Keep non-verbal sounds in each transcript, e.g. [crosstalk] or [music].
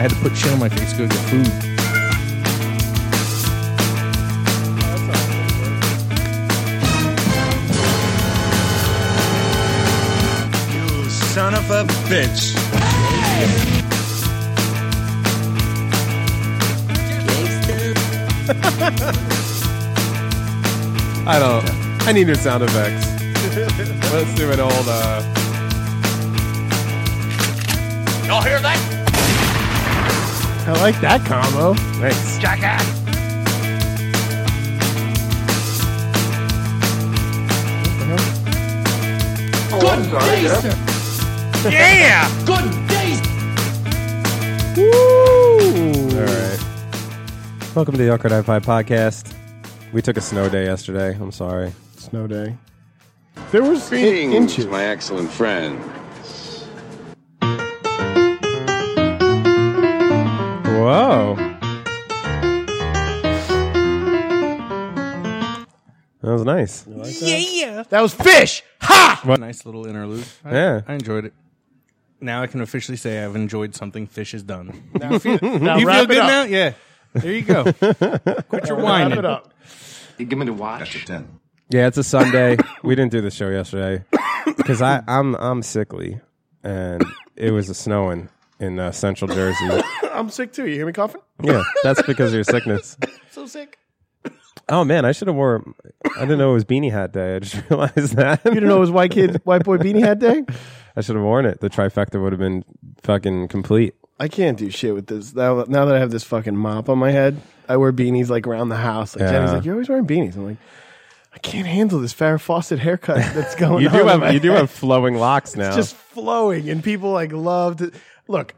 had to put shit on my face to go get food. You son of a bitch. [laughs] I don't. I need new sound effects. Let's do an old. Uh, Y'all hear that? I like that combo. Thanks. Jackass. Good day, sir. Yeah. Good day. All right. Welcome to the Awkward High Five podcast. We took a snow day yesterday. I'm sorry. Snow day. There was in- Greetings, inches. my excellent friend. Whoa. That was nice. That was fish. Ha! Nice little interlude. I, Yeah. I enjoyed it. Now I can officially say I've enjoyed something. Fish is done. Now you wrap feel it good up. now? Yeah. There [laughs] you go. Quit your Wrap whining. it up. Yeah, it's a Sunday. we didn't do the show yesterday because I I'm I'm sickly, and it was a snowing in uh, Central [laughs] Jersey. I'm sick too. You hear me coughing? Yeah, that's because of your sickness. So sick. Oh man, I should have wore. I didn't know it was beanie hat day. I just [laughs] realized that. You didn't know it was white [laughs] kid, white boy beanie hat day. I should have worn it. The trifecta would have been fucking complete. I can't do shit with this. Now, now that I have this fucking mop on my head, I wear beanies like around the house. Like Jenny's Yeah. like, "You're always wearing beanies." I'm like, I can't handle this Farrah Fawcett haircut that's going. You on do in have my you do head. [laughs] have flowing locks now. just flowing, and people like love to look.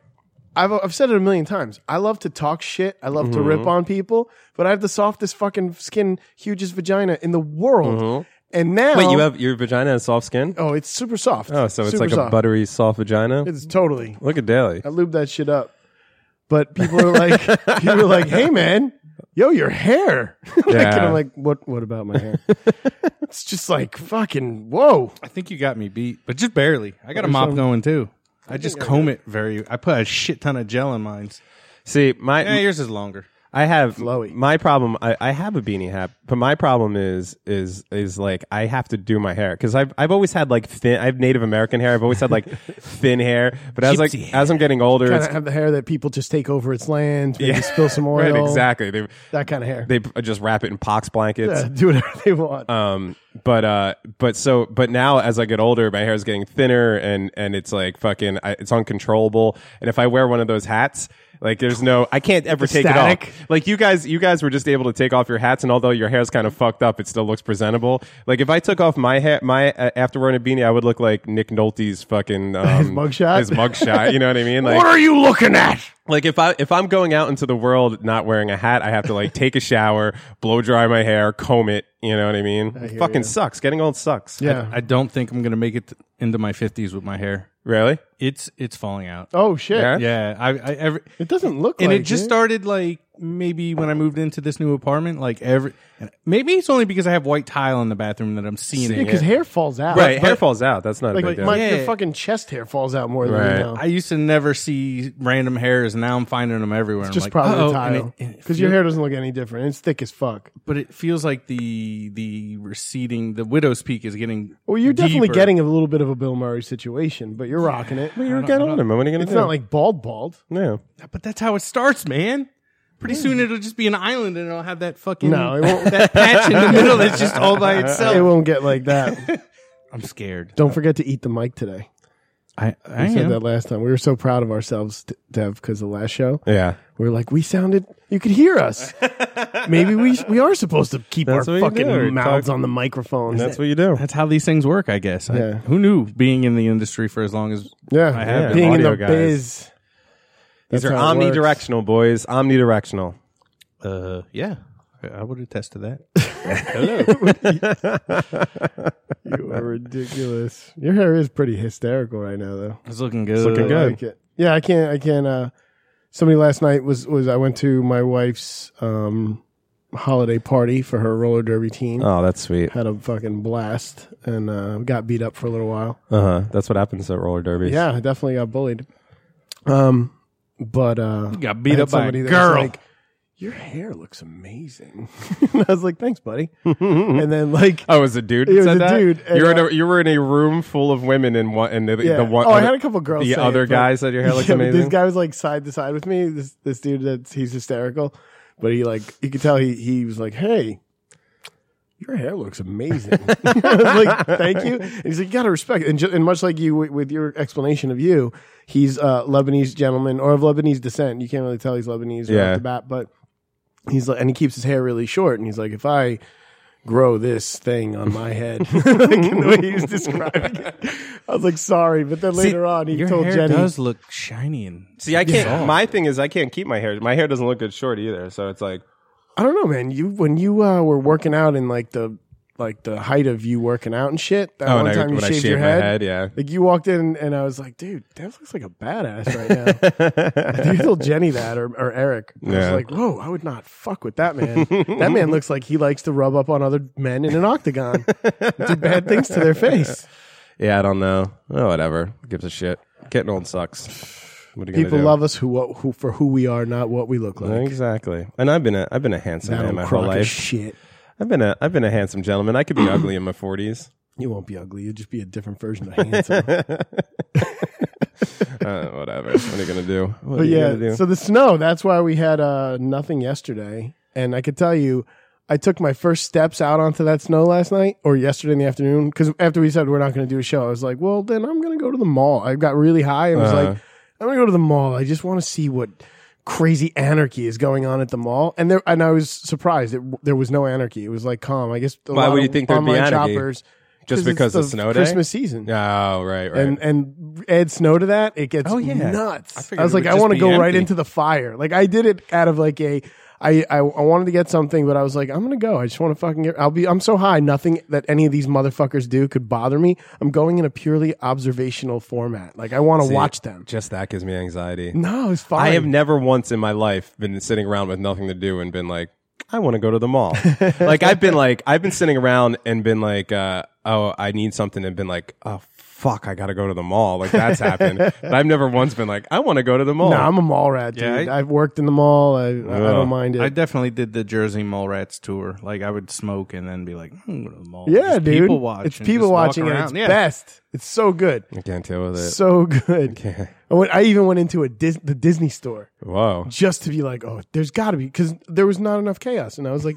I've, I've said it a million times. I love to talk shit. I love to Mm-hmm. rip on people, but I have the softest fucking skin, hugest vagina in the world. And now, Mm-hmm. Wait, you have your vagina has soft skin. oh, it's super soft. Oh, so it's Super like a soft. buttery soft vagina. It's totally. Look at Daly. I lube that shit up. But people are [laughs] like, people are like, hey man, yo, your hair. [laughs] like, And Yeah. I'm like, what? What about my hair? it's just like fucking [laughs] whoa. I think you got me beat, but just barely. I got a mop going too. I just comb it very. I put a shit ton of gel in mine. See, my Yeah, Eh, yours is longer. I have Flowy. my problem. I, I have a beanie hat, but my problem is is is like I have to do my hair because I've I've always had like thin. I have Native American hair. I've always had like thin hair, but as like Gypsy hair. as I'm getting older, Kind of it's, have the hair that people just take over its land, maybe spill some oil, [laughs] right, exactly. They That kind of hair. they p- just wrap it in pox blankets. Yeah, [laughs] do whatever they want. Um, but uh, but so but now as I get older, my hair is getting thinner and and it's like fucking I, it's uncontrollable. And if I wear one of those hats, like there's no I can't ever take static? it off. Like you guys, you guys were just able to take off your hats, and although your hair's kind of fucked up, it still looks presentable. Like if I took off my hat, my uh, after wearing a beanie, I would look like Nick Nolte's fucking [laughs] um, His mugshot? His mugshot. You know what I [laughs] mean? Like are you looking at? like if I if I'm going out into the world not wearing a hat, I have to like take a shower, [laughs] blow dry my hair, comb it. You know what I mean? Fucking sucks. Getting old sucks. Yeah. I don't think I'm gonna make it into my 50s with my hair. Really? It's it's falling out. oh shit. Yeah? Yeah, I, I every It doesn't look and like it just it. started like maybe when I moved into this new apartment. Like every and maybe it's only because I have white tile in the bathroom that I'm seeing it. because hair falls out. Right. hair falls out. That's not a big Like deal. my Yeah. your fucking chest hair falls out more than Right. you know. I used to never see random hairs. Now I'm finding them everywhere. I'm just like, probably "Uh-oh," the tile and it- and it because your feels- hair doesn't look any different. It's thick as fuck. but it feels like the the receding the widow's peak is getting Well, you're definitely deeper. getting a little bit of a Bill Murray situation, but you're rocking it. you're getting older, man. What are you gonna It's do? not like bald, bald. no. but that's how it starts man pretty soon it'll just be an island and it'll have that [laughs] fucking No, it won't. that [laughs] patch in the middle that's just all by it itself won't get like [laughs] that. i'm scared Don't forget to eat the mic today. i i We am. said that last time. We were so proud of ourselves, D- Dev, because the last show Yeah. we were like, we sounded. You could hear [laughs] us. Maybe we we are supposed to keep That's our what you fucking do. mouths Talk- on the microphones. That's what you do. that's how these things work i guess I- Yeah. who knew being in the industry for as long as yeah, I have being in audio the guys. biz. These That's are how it works. omnidirectional, boys. Omnidirectional. uh yeah I- i would attest to [laughs] that You are ridiculous. Your hair is pretty hysterical right now, though. it's looking good looking I good. like it. Yeah, I can't. I can't. Uh, somebody last night was was I went to my wife's um, holiday party for her roller derby team. Oh, that's sweet. Had a fucking blast and uh, got beat up for a little while. Uh-huh. Uh huh. That's what happens at roller derbies. Yeah, I definitely got bullied. Um, But uh, You got beat I had up by a somebody that was girl. like, Your hair looks amazing. [laughs] and I was like, thanks, buddy. [laughs] and then like, Oh, it was a dude. It Who was said a that? dude, and, You were in uh, a, you were in a room full of women, and one and the, yeah. the one. oh, I other- had a couple girls. The say other it, but- guy said your hair looks [laughs] Yeah, but amazing. This guy was like side to side with me. This this dude that's he's hysterical, but he like you could tell he he was like, hey. Your hair looks amazing. [laughs] I was like, thank you. And he's like, you gotta respect. it." And, ju- and much like you with, with your explanation of you, he's a Lebanese gentleman or of Lebanese descent. You can't really tell he's Lebanese right Yeah. off the bat, but he's like, and he keeps his hair really short. And he's like, if I grow this thing on my head, [laughs] like in the way he was describing it, I was like, sorry. But then later on, he Your told hair Jenny, does look shiny and See, I can't. soft. My thing is, I can't keep my hair. My hair doesn't look good short either. So it's like, I don't know, man. You when you uh, were working out in like the like the height of you working out and shit. That Oh, and one I- time you when I shaved shaved your my head, head, yeah. Like you walked in and I was like, dude, that looks like a badass right now. I think you told Jenny that or, or Eric. I was Yeah. like, whoa, I would not fuck with that man. that man looks like he likes to rub up on other men in an octagon, do bad things to [laughs] their face. yeah, I don't know. Oh, whatever. Gives a shit. Getting old sucks. What are you gonna People do? love us who, what, who for who we are, not what we look like. Exactly, and I've been a I've been a handsome That man old my whole crock of life. shit. I've been a I've been a handsome gentleman. I could be ugly in my forties. You won't be ugly. You'll just be a different version of handsome. Uh, whatever. What are you gonna do? What are But you Oh, yeah, gonna do? so the snow, that's why we had uh, nothing yesterday. And I could tell you, I took my first steps out onto that snow last night or yesterday in the afternoon because after we said we're not going to do a show, I was like, well, then I'm going to go to the mall. I got really high and was like, Uh-huh. I'm going to go to the mall. I just want to see what crazy anarchy is going on at the mall. And there, and I was surprised that w- there was no anarchy. It was like calm. I guess a Why lot would of you think there'd be online anarchy? shoppers- Just because it's of the snow day? Christmas season oh right, right. and and add snow to that, it gets Oh, yeah. I nuts. I, figured was it like, would I just want to be go right empty. into the fire. Like I did it out of like a, I I, I wanted to get something, but I was like, I'm gonna go. I just want to fucking get. I'll be. I'm so high, nothing that any of these motherfuckers do could bother me. I'm going in a purely observational format. Like I want to See, watch them. Just that gives me anxiety. No, it's fine. I have never once in my life been sitting around with nothing to do and been like, I want to go to the [laughs] mall. like I've been like I've been sitting around and been like, uh, oh, I need something and been like, oh fuck, I gotta go to the mall. Like that's [laughs] happened. But I've never once been like, I want to go to the mall. No, I'm a mall rat, dude. Yeah, I- I've worked in the mall. I, I don't mind it. I definitely did the Jersey Mall Rats tour. Like I would smoke and then be like, I'm going to the mall. yeah, Just dude. People watch. It's and people just walk watching, and around. it's yeah. best. It's so good, I can't deal with it. so good. Okay. I, went, I even went into a Dis- the Disney store. Whoa. just to be like, oh, there's got to be because there was not enough chaos, and I was like,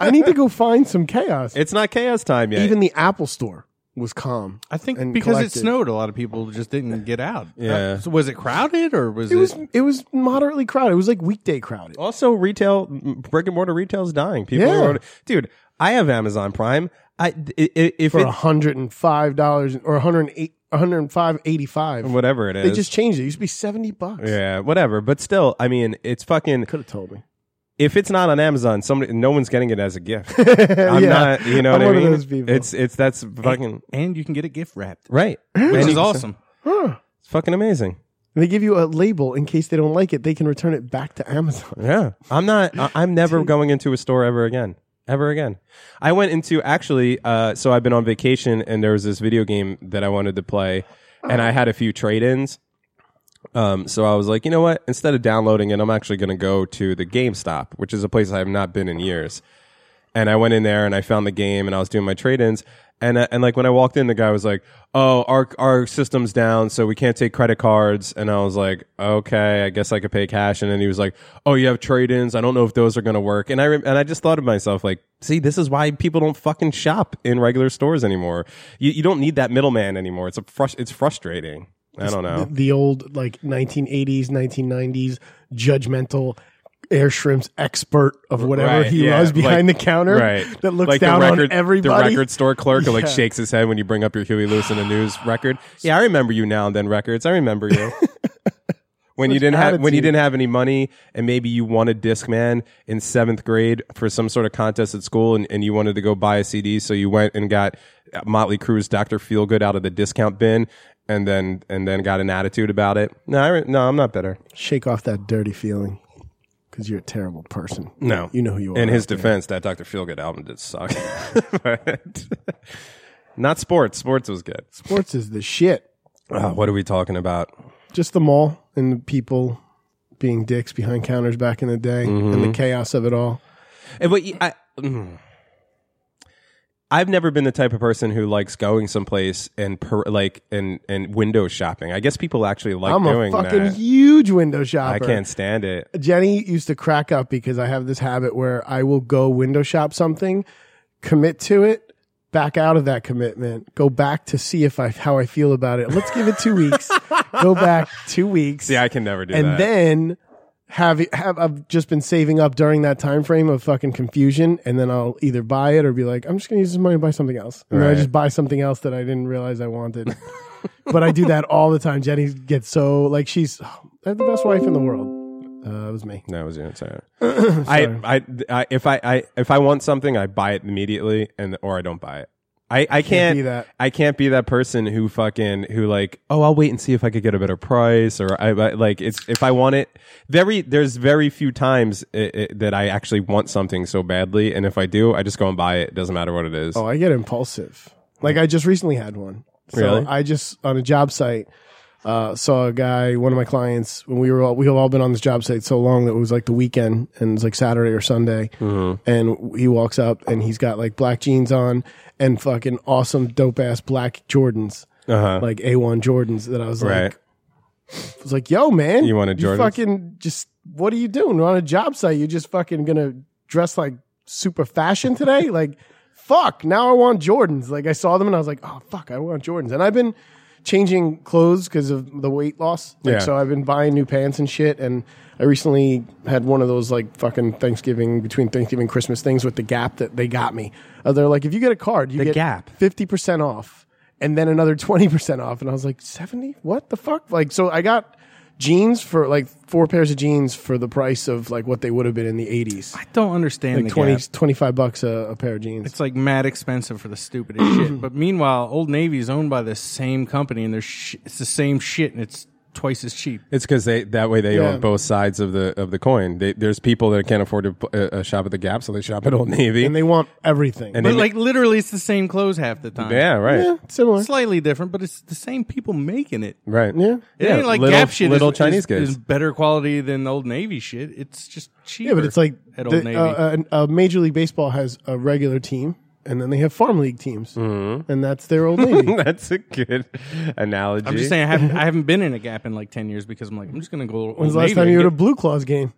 I need to [laughs] go find some chaos. It's not chaos time yet. Even the Apple Store was calm. I think and because collected. it snowed, a lot of people just didn't get out. Yeah. Uh, so was it crowded or was It it? was it was moderately crowded. It was like weekday crowded. also retail m- brick and mortar retail is dying. People Yeah. are, dude, I have Amazon Prime. I i- i- if For it, hundred and five dollars or one hundred eight, one hundred five eighty five. whatever it is. They just changed it. It used to be seventy bucks. yeah, whatever. But still, I mean, it's fucking could have told me. if it's not on Amazon, somebody, no one's getting it as a gift. I'm [laughs] Yeah. not, you know I'm what one I of mean? those people. It's it's that's fucking and you can get it gift wrapped, right, [laughs] which is And awesome. It's fucking amazing. And they give you a label in case they don't like it. They can return it back to Amazon. Yeah, I'm not. I- I'm never going into a store ever again. Ever again. I went into actually. Uh, so I've been on vacation, and there was this video game that I wanted to play, and I had a few trade-ins. Um, so I was like, you know what? Instead of downloading it, I'm actually going to go to the GameStop, which is a place I have not been in years. And I went in there and I found the game and I was doing my trade-ins. And, uh, and like when I walked in, the guy was like, "Oh, our our system's down, so we can't take credit cards." And I was like, "Okay, I guess I could pay cash." And then he was like, "Oh, you have trade-ins. I don't know if those are going to work." And I re- and I just thought to myself, like, "See, this is why people don't fucking shop in regular stores anymore. You you don't need that middleman anymore. It's a frus- it's frustrating. I don't know. The, the old like 1980s, 1990s judgmental air shrimps expert of whatever Right, he yeah, was behind like- the counter right. that looks Like the down record- on everybody. The record store clerk who like Yeah. shakes his head when you bring up your Huey Lewis in a news [laughs] record. Yeah, I remember you now and then records. I remember you. When you didn't have when you attitude. didn't have any money and maybe you won a Discman in seventh grade for some sort of contest at school and, and you wanted to go buy a CD, so you went and got Motley Crue's Doctor Feelgood out of the discount bin and then and then got an attitude about it. No, I re- no, I'm not bitter. Shake off that dirty feeling because you're a terrible person. No, You know who you are. In his out there. defense, that Dr. Feelgood album did suck, [laughs] but [laughs] not sports. Sports was good. sports is the shit. Uh, what are we talking about? Just the mall and the people being dicks behind counters back in the day and Mm-hmm. the chaos of it all. And but you- I, mm. I've never been the type of person who likes going someplace and per, like and and window shopping. I guess people actually like I'm a doing fucking that. huge window shopper. I can't stand it. Jenny used to crack up because I have this habit where I will go window shop something, commit to it, back out of that commitment, go back to see if I how I feel about it. Let's give it two weeks. [laughs] go back two weeks. Yeah, I can never do and that. then have have I've just been saving up during that time frame of fucking confusion, and then I'll either buy it or be like, I'm just gonna use this money to buy something else, and then I Right. just buy something else that I didn't realize I wanted. [laughs] but I do that all the time. Jenny gets so like she's I have the best wife in the world. Uh, it was me. that was your [clears throat] answer. I, I, I, if I, I, if I want something, I buy it immediately, and or I don't buy it. I, I can't, be that. I can't be that person who fucking who like, oh, I'll wait and see if I could get a better price, or I, I like it's if I want it. Very, there's very few times i i that I actually want something so badly, and if I do, I just go and buy it. Doesn't matter what it is. Oh, I get impulsive. Like I just recently had one. So Really? I just on a job site uh, saw a guy, one of my clients, when we were all, we have all been on this job site so long that it was like the weekend and it's like Saturday or Sunday, Mm-hmm. and he walks up and he's got like black jeans on and fucking awesome dope ass black Jordans, Uh-huh. like A one Jordans that I was right. like, I was like, yo man, You wanted Jordans? fucking just what are you doing? We're on a job site. You just fucking gonna dress like super fashion today? [laughs] like, fuck. Now I want Jordans. Like I saw them and I was like, oh fuck, I want Jordans. And I've been changing clothes because of the weight loss. Like, Yeah. So I've been buying new pants and shit. And I recently had one of those like fucking Thanksgiving between Thanksgiving and Christmas things with the Gap that they got me. Uh, they're like, if you get a card, you get Gap. fifty percent off, and then another twenty percent off. And I was like, seventy? What the fuck? Like, so I got jeans for like four pairs of jeans for the price of like what they would have been in the eighties, I don't understand like the 20, Gap. 25 bucks a, a pair of jeans. It's like mad expensive for the [coughs] stupidest shit. But meanwhile, Old Navy is owned by the same company, and they're sh- it's the same shit, and it's twice as cheap. It's because they that way they Yeah. own both sides of the of the coin. They, there's people that can't afford to uh, uh, shop at the Gap, so they shop at Old Navy. and they want everything. And But they- like literally, it's the same clothes half the time. yeah, right, yeah, similar. slightly different, but it's the same people making it. right. Yeah. It ain't like little, Gap shit. Little is, Chinese is, kids. is better quality than Old Navy shit. It's just cheaper. Yeah, but it's like at the- Old Navy. uh, uh, uh, Major League Baseball has a regular team, and then they have farm league teams, and that's their [laughs] Old Navy. [laughs] That's a good analogy. I'm just saying, I haven't, I haven't been in a Gap in like ten years because I'm like, I'm just gonna go. Old When's the last Navy time and you were at a get- Blue Claws game?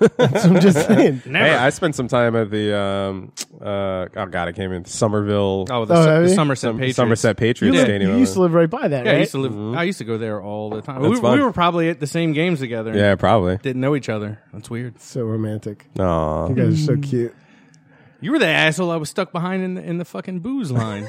that's what I'm just saying. Never. Hey, I spent some time at the um, uh, oh god, I came in Somerville, oh, the, Oh, Su- have the you? Somerset Som- Patriots. Somerset Patriots You, live- Stadium. you used to live right by that, Yeah, right? I used to live. I used to go there all the time. That's We, fun. we were probably at the same games together. yeah, [laughs] probably. didn't know each other. That's weird. so romantic. Aw. You guys are so cute. You were the asshole I was stuck behind in the, in the fucking [laughs] booze line.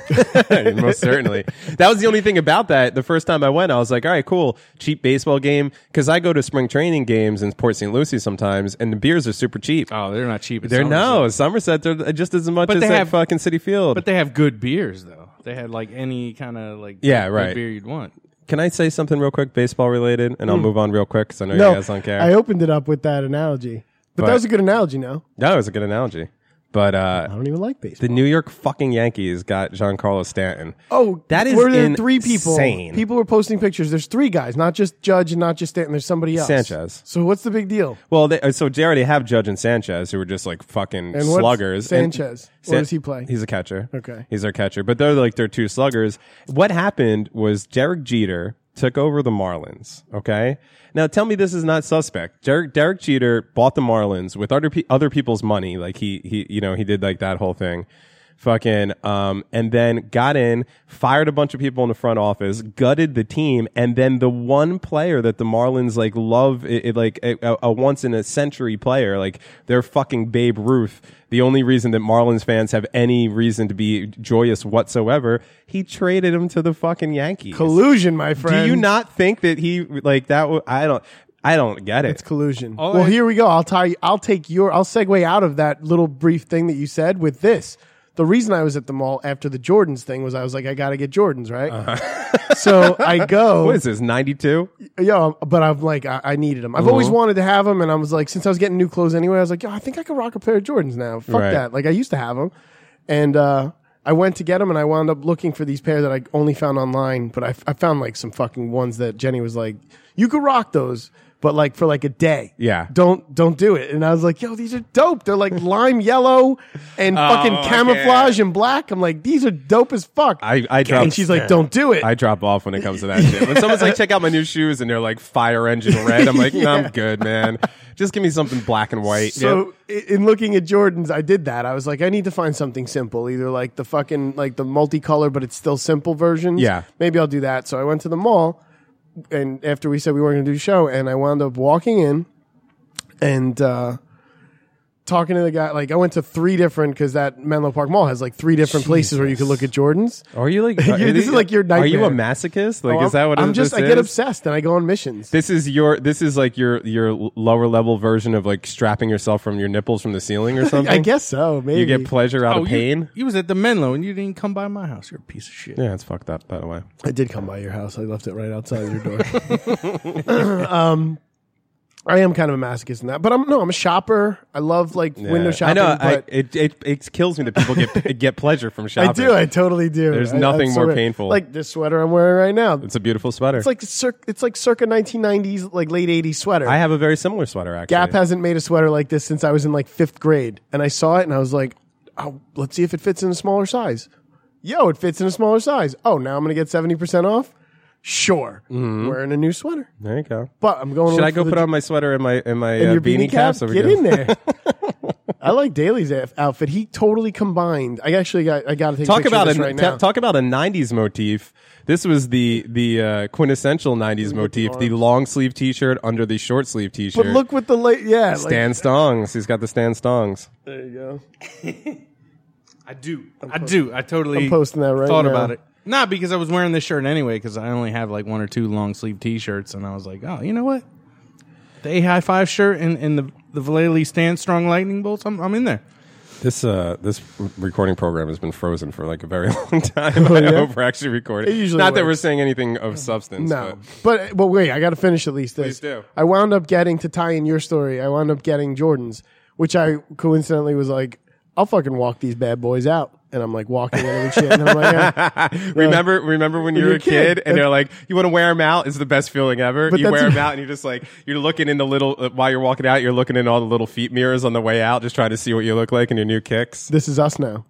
most certainly. That was the only thing about that. The first time I went, I was like, all right, cool, cheap baseball game. Because I go to spring training games in Port St. Lucie sometimes, and the beers are super cheap. oh, they're not cheap. at They're no Somerset. Somerset. They're just as much But as they at have- fucking City Field. but they have good beers though. They had like any kind of like Yeah, good right. beer you'd want. Can I say something real quick, baseball related, and I'll Hmm. move on real quick because I know you guys don't care. I opened it up with that analogy. But, But- that was a good analogy now. that was a good analogy. But uh, I don't even like baseball. The New York fucking Yankees got Giancarlo Stanton. oh, That is were there three people? insane. People were posting pictures. There's three guys, not just Judge and not just Stanton. There's somebody else. Sanchez. So what's the big deal? Well, they, uh, so they already have Judge and Sanchez, who were just like fucking And what's sluggers. And- Sanchez? Where does he play? He's a catcher. Okay. he's their catcher, but they're like their two sluggers. What happened was Derek Jeter took over the Marlins. Okay, now tell me this is not suspect. Derek Derek Jeter bought the Marlins with other pe- other people's money. Like he he you know he did like that whole thing. Fucking, um, and then got in, fired a bunch of people in the front office, gutted the team, and then the one player that the Marlins like love, it, it, like a, a- a once in a century player, like they're fucking Babe Ruth. The only reason that Marlins fans have any reason to be joyous whatsoever, he traded him to the fucking Yankees. Collusion, my Do friend. you not think that he like that? wa- I don't. I don't get it. It's collusion. All well, I- here we go. I'll tie. I'll take your. I'll segue out of that little brief thing that you said with this. The reason I was at the mall after the Jordans thing was I was like, I got to get Jordans, right? so I [laughs] go. what is this? Ninety two? Yeah, um, but I'm like, I, I needed them. I've always wanted to have them, and I was like, since I was getting new clothes anyway, I was like, yo, I think I could rock a pair of Jordans now. Fuck Right. that. Like I used to have them, and uh, I went to get them, and I wound up looking for these pair that I only found online. But I, I found like some fucking ones that Jenny was like, you could rock those, but like for like a day. Yeah. Don't don't do it. And I was like, yo, these are dope. They're like lime yellow and fucking Oh, okay. camouflage and black. I'm like, these are dope as fuck. I- I dropped- and she's like, don't do it. I drop off when it comes to that shit. When someone's like, check out my new shoes and they're like fire engine red, I'm [laughs] like, no, I'm good, man. Just give me something black and white. Yep. So i in looking at Jordans, I did that. I was like, I need to find something simple, either like the fucking like the multicolor, but it's still simple versions. Yeah. maybe I'll do that. So I went to the mall, and after we said we weren't going to do the show, and I wound up walking in, and uh, talking to the guy. Like I went to three different because that Menlo Park Mall has like three different places where you could look [laughs] at Jordans. Are you [laughs] like, You're- are this you- is like your Are you a nightmare. masochist? Like, Oh, is that what I'm it- just? this I get is? obsessed and I go on missions. This is your. This is like your your lower level version of like strapping yourself from your nipples from the ceiling or something. I guess so. Maybe you [laughs] get pleasure out Oh, of you- pain. You, was at the Menlo and you didn't come by my house. You're a piece of shit. yeah, it's fucked up. By the way, I did come by your house. I left it right outside your door. um, [laughs] [laughs] I am kind of a masochist in that, but I'm no, I'm a shopper. I love like window shopping. I know. I, but it, it it kills me that people [laughs] get get pleasure from I, shopping. do. I totally do. There's I- I nothing more swear. painful. Like this sweater I'm wearing right now. It's, It's a beautiful sweater. like cir- it's like circa 1990s, like late 80s sweater. I have a very similar sweater actually. Gap hasn't made a sweater like this since I was in like fifth grade, and I saw it and I was like, oh, let's see if it fits in a smaller size. Yo, it fits in a smaller size. Oh, now I'm gonna get 70 percent off. Sure, wearing a new sweater. Mm-hmm. there you go. But I'm going. to Should look I go for the put on my sweater and my and my and uh, your beanie, cap? So we Get go- [laughs] in there. I like Daly's af- outfit. He totally combined. I actually got. I got to take Talk a picture about of a this right ta- now. talk about a '90s motif. This was the the uh, quintessential '90s motif: the long sleeve T-shirt under the short sleeve T-shirt. but look with the late. Yeah, Stan Stongs. He's got the Stan Stongs. [laughs] Like, there you go. I do. I do. I totally I'm posting that right thought now. about it. Not because I was wearing this shirt anyway, because I only have like one or two long sleeve t shirts, and I was like, oh, you know what? The A High Five shirt and, and the, the Vallely Stand Strong Lightning Bolts, I'm, I'm in there. This uh, this r- recording program has been frozen for like a very [laughs] long time. Oh, I yeah? hope we're actually recording. It usually Not that works. we're saying anything of substance. No, but but wait, I got to finish at least Please this. do. I wound up getting to tie in your story. I wound up getting Jordans, which I coincidentally was like, I'll fucking walk these bad boys out, and I'm like walking in and shit, and I'm like, [laughs] yeah. but- remember, remember when Mm-hmm. you were a kid, and they're like, "You want to wear them out? Is the best feeling ever." But you that's- wear them out, and you're just like, you're looking in the little uh, while you're walking out, you're looking in all the little feet mirrors on the way out, just trying to see what you look like in your new kicks. this is us now.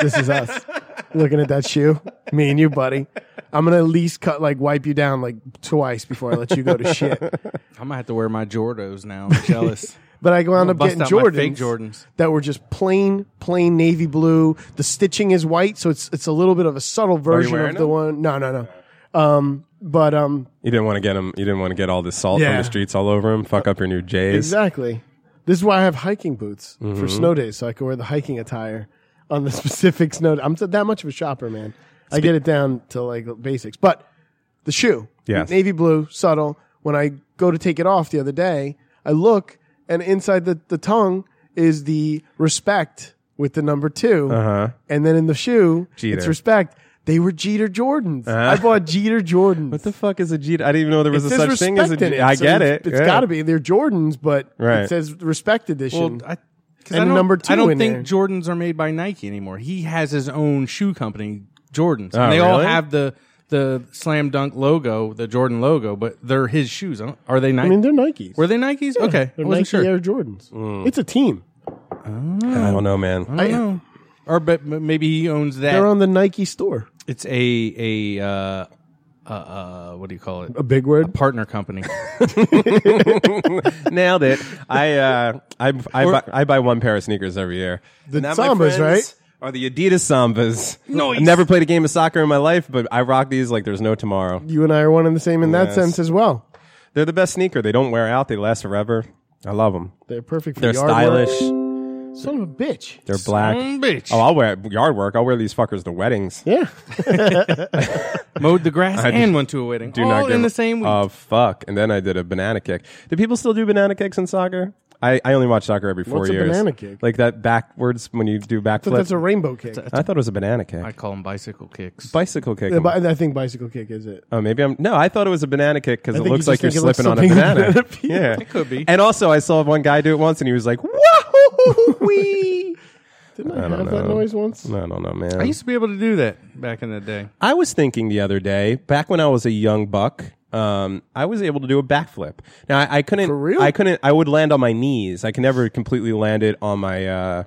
This is us. Looking at that shoe, me and you, buddy. I'm gonna at least cut like wipe you down like twice before I let you go to shit. I'm gonna have to wear my Jordos now. [laughs] I'm jealous. But I wound gonna up bust getting out Jordans, my fake Jordans. that were just plain, plain navy blue. The stitching is white, so it's it's a little bit of a subtle version of wearing the them? one. No, no, no. Um, but um, You didn't want to get them. You didn't want to get all this salt from Yeah. the streets all over them. Fuck up your new J's. exactly. This is why I have hiking boots Mm-hmm. for snow days, so I can wear the hiking attire on the [laughs] specific snow. I'm t- that much of a shopper, man. I get it down to like basics, but the shoe, Yes. navy blue, subtle. When I go to take it off the other day, I look and inside the, the tongue is the respect with the number 2 and then in the shoe, it's Uh-huh. Jeter. Uh-huh. respect. They were Jeter Jordans. I bought Jeter [laughs] Jordans. What the fuck is a Jeter? I didn't even know there was It a says such thing as a respect in Jeter. I so get it's- it. It's got to be. They're Jordans, but it Right. says respect edition. Well, I, 'cause And I don't, number two I don't in think there. Jordans are made by Nike anymore. He has his own shoe company, Jordans, and Oh, they all really? have the the slam dunk logo, the Jordan logo, but they're his shoes. I don't- Are they Nike? I mean, they're Nikes. Were they Nikes? okay, I They're wasn't Nike sure. Air Jordans. Mm. It's a team. I don't know, man. I don't know. Or but but maybe he owns that. They're on the Nike store. it's a a uh, uh, uh, what do you call it? A big word. partner company. Oh, Nailed it. I uh, I I, buy, I buy one pair of sneakers every year. The Sambas, right? Are the Adidas Sambas? No, I never played a game of soccer in my life, but I rock these like there's no tomorrow. You and I are one and the same in that Yes. sense as well. They're the best sneaker. They don't wear out. They last forever. I love them. They're perfect for They're yard stylish. work. Son of a bitch. They're black. Mm, bitch. Oh, I'll wear yard work. I'll wear these fuckers to weddings. Yeah. Mowed the grass do- and went to a wedding. Do all not give in a- the same week. Oh fuck! And then I did a banana kick. Do people still do banana kicks in soccer? I, I only watch soccer every four What's a years. banana kick? Like that backwards when you do But that's backflips. a rainbow kick. I thought it was a banana kick. I call them bicycle kicks. Bicycle kick. Yeah, but I think bicycle kick is it. Oh, maybe I'm. No, I thought it was a banana kick because it think you looks just like you're think it looks slipping on a something [laughs] banana. [laughs] banana peel. yeah, It could be. And also, I saw one guy do it once, and he was like, "Whoa, [laughs] wee!" Didn't I I, don't have that know. noise once? I don't know, man. I used to be able to do that back in the day. I was thinking the other day, back when I was a young buck, um, I was able to do a backflip. Now I, I couldn't. For real? I couldn't. I would land on my knees. I could never completely land it on my. Uh,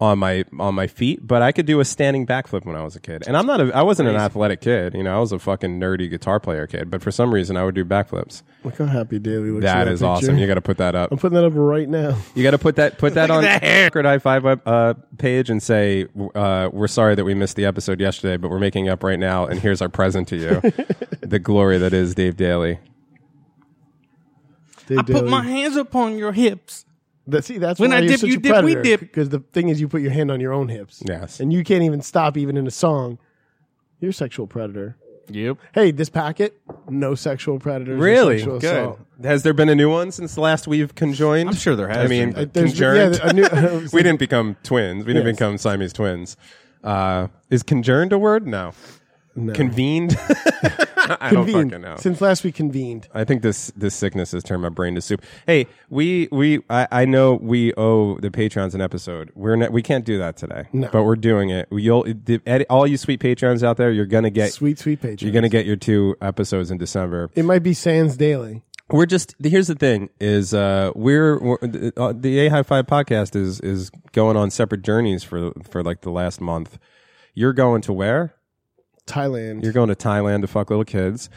on my on my feet, but I could do a standing backflip when I was a kid, and I'm not a I wasn't an athletic kid, you know. I was a fucking nerdy guitar player kid, but for some reason I would do backflips. Look how happy Daly looks. in That is picture. awesome. You got to put that up. I'm putting that up right now. You got to put that [laughs] put that on record high five web, uh, page and say uh, we're sorry that we missed the episode yesterday, but we're making up right now, and here's our present [laughs] to you, the glory that is Dave Daly. Dave I put Daly. my hands upon your hips. That, see, that's When why I you're dip, such you a dip, we predator, dip. Because the thing is, you put your hand on your own hips. Yes. And you can't even stop, even in a song. You're a sexual predator. Yep. Hey, this packet, no sexual predators. or sexual assault. Has there been a new one since the last we've conjoined? I'm sure there has I mean, been. Uh, There's- conjoined. Yeah, I [laughs] [laughs] knew, we didn't become twins. We didn't Yes. become Siamese twins. Uh, is conjoined a word? No. Convened. I don't convened. fucking know. Since last we convened. I think this this sickness has turned my brain to soup. Hey, we we I, I know we owe the patrons an episode. We're not, we can't do that today, but we're doing it. You'll the, ed- all you sweet patrons out there, you're gonna get Sweet, sweet patrons. You're gonna get your two episodes in December. It might be Sans Daily. We're just here's the thing is uh we're, we're the, uh, the A High Five podcast is is going on separate journeys for for like the last month. You're going to where? Thailand. You're going to Thailand to fuck little kids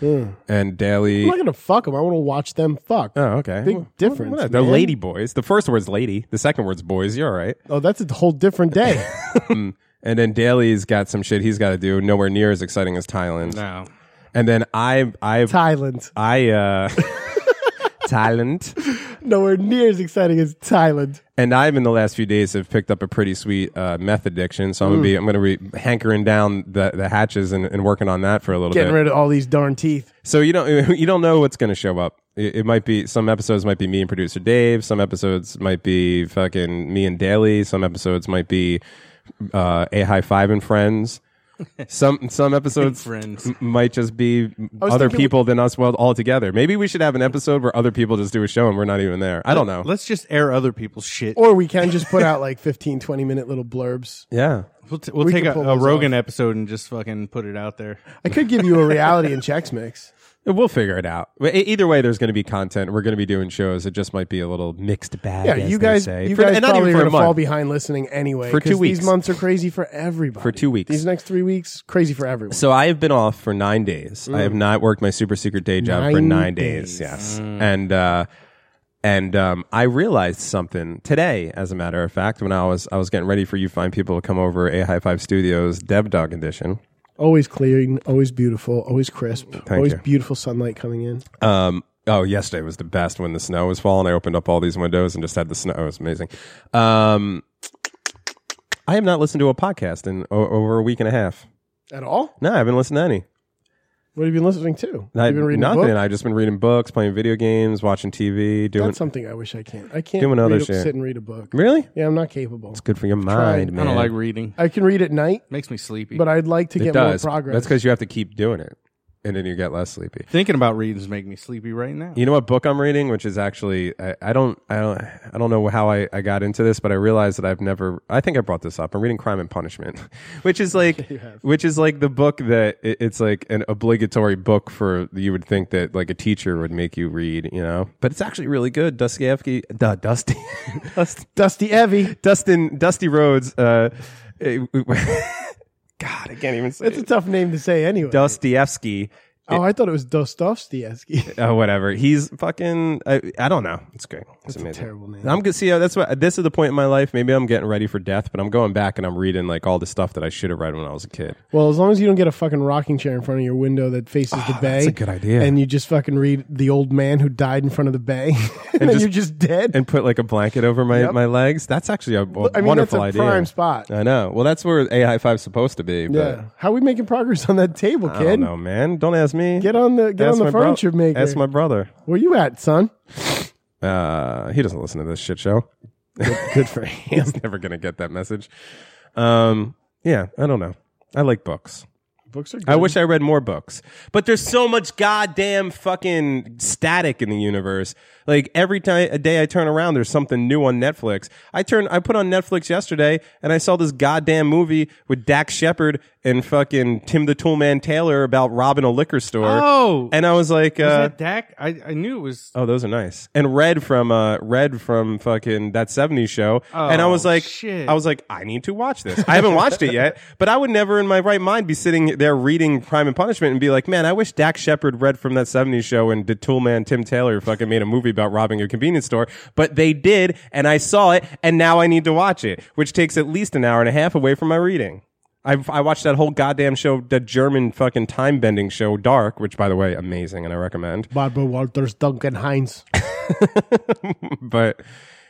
and daily. I'm not gonna fuck them. I want to watch them fuck. Oh, okay. Big Well, difference, well, They're man. lady boys. The first word's lady. The second word's boys. You're all right. oh, that's a whole [laughs] different day. And then Daly's got some shit he's got to do. Nowhere near as exciting as Thailand. No. And then I, I, Thailand, I, uh, [laughs] Thailand. nowhere near as exciting as Thailand. And I've in the last few days have picked up a pretty sweet uh, meth addiction. So I'm gonna be, I'm gonna be hankering down the, the hatches and, and working on that for a little Getting bit. rid of all these darn teeth. So you don't [laughs] you don't know what's going to show up. It, it might be some episodes might be me and producer Dave. Some episodes might be fucking me and Daly. Some episodes might be uh, a high five and [laughs] friends. Some some episodes Friends. m- might just be was other thinking we- people than us well all together. Maybe we should have an episode where other people just do a show and we're not even there. I don't know. Let's just air other people's shit. Or we can just put out like 15, 20 minute little blurbs. yeah. we'll t- we'll we take can a, pull a those Rogan episode and just fucking put it out there. I could give you a reality and [laughs] checks mix. We'll figure it out. But e- Either way, there's going to be content. We're going to be doing shows. It just might be a little mixed bag. Yeah, as you they guys, say. you For- guys and not even probably are for a gonna month. fall behind listening anyway. For two 'cause weeks. These months are crazy for everybody. For two weeks. These next three weeks, crazy for everyone. So I have been off for nine days. I have not worked my super secret day job for Mm. Nine nine days. days. Mm. Yes, and uh, and um, I realized something today. As a matter of fact, when I was I was getting ready for you fine people to come over a High Five Studios Dev Dog Edition. Always clean, always beautiful, always crisp, always you. beautiful sunlight coming in. Um, oh, yesterday was the best when the snow was falling. I opened up all these windows and just had the snow. It was amazing. Um, I have not listened to a podcast in o- over a week and a half. At all? No, I haven't listened to any. What have you been listening to? I, You've been reading a nothing. book? I've just been reading books, playing video games, watching TV, doing That's something I wish I can. I can't Doing other read a- shit. sit and read a book. Really? Yeah, I'm not capable. It's good for your mind, I man. don't like reading. I can read at night, Makes me sleepy. but I'd like to it get does. more progress. That's because you have to keep doing it, and then you get less sleepy. Thinking about readings make me sleepy right now. You know what book I'm reading, which is actually I, I don't I don't I don't know how I, I got into this, but I realized that I've never I think I brought this up. I'm reading Crime and Punishment, [laughs] which is like which is like the book that it, it's like an obligatory book for you would think that like a teacher would make you read, you know. But it's actually really good. Dostoevsky, duh, Dusty, [laughs] Dusty. Dusty Evie. Dustin Dusty Rhodes. Uh, [laughs] eh, God, I can't even say That's a it. tough name to say anyway. Dostoevsky. oh, I thought it was Dostoevsky. Oh, whatever. He's fucking. I, I don't know. It's great. It's amazing. [laughs] terrible name. I'm gonna see. uh, That's what. This is the point in my life. Maybe I'm getting ready for death, but I'm going back and I'm reading like all the stuff that I should have read when I was a kid. Well, as long as you don't get a fucking rocking chair in front of your window that faces the Ah, bay, that's a good idea. And you just fucking read the old man who died in front of the bay, [laughs] and, then just- you're just dead. And put like a blanket over my, my legs. That's actually a, a I mean, that's a wonderful idea. prime spot. I know. Well, that's where AI High Five's supposed to be. yeah, But how we making progress on that table, I don't kid? know, man. Don't ask me. Get on the get Ask on the my bro- furniture maker. Ask my brother. Where you at, son? Uh, he doesn't listen to this shit show. Good for him. [laughs] He's never gonna get that message. Um, yeah, I don't know. I like books. Books are good. I wish I read more books, but there's so much goddamn fucking static in the universe. Like every time a day I turn around, there's something new on Netflix. I turn, I put on Netflix yesterday, and I saw this goddamn movie with Dax Shepard and fucking Tim the Toolman Taylor about robbing a liquor store. Oh. and I was like, Is uh, that Dak? I, I knew it was. oh, those are nice. And Red from uh, Red from fucking that '70s show. and I was Oh, like, shit. I was like, I need to watch this. I haven't watched it [laughs] yet, but I would never in my right mind be sitting there reading Crime and Punishment and be like, man, I wish Dak Shepard read from that '70s show and the Toolman Tim Taylor fucking made a movie about robbing a convenience store. But they did, and I saw it, and now I need to watch it, which takes at least an hour and a half away from my reading. I, I watched that whole goddamn show, the German fucking time bending show, Dark, which by the way, amazing, and I recommend. Barbara Walters, Duncan Hines, but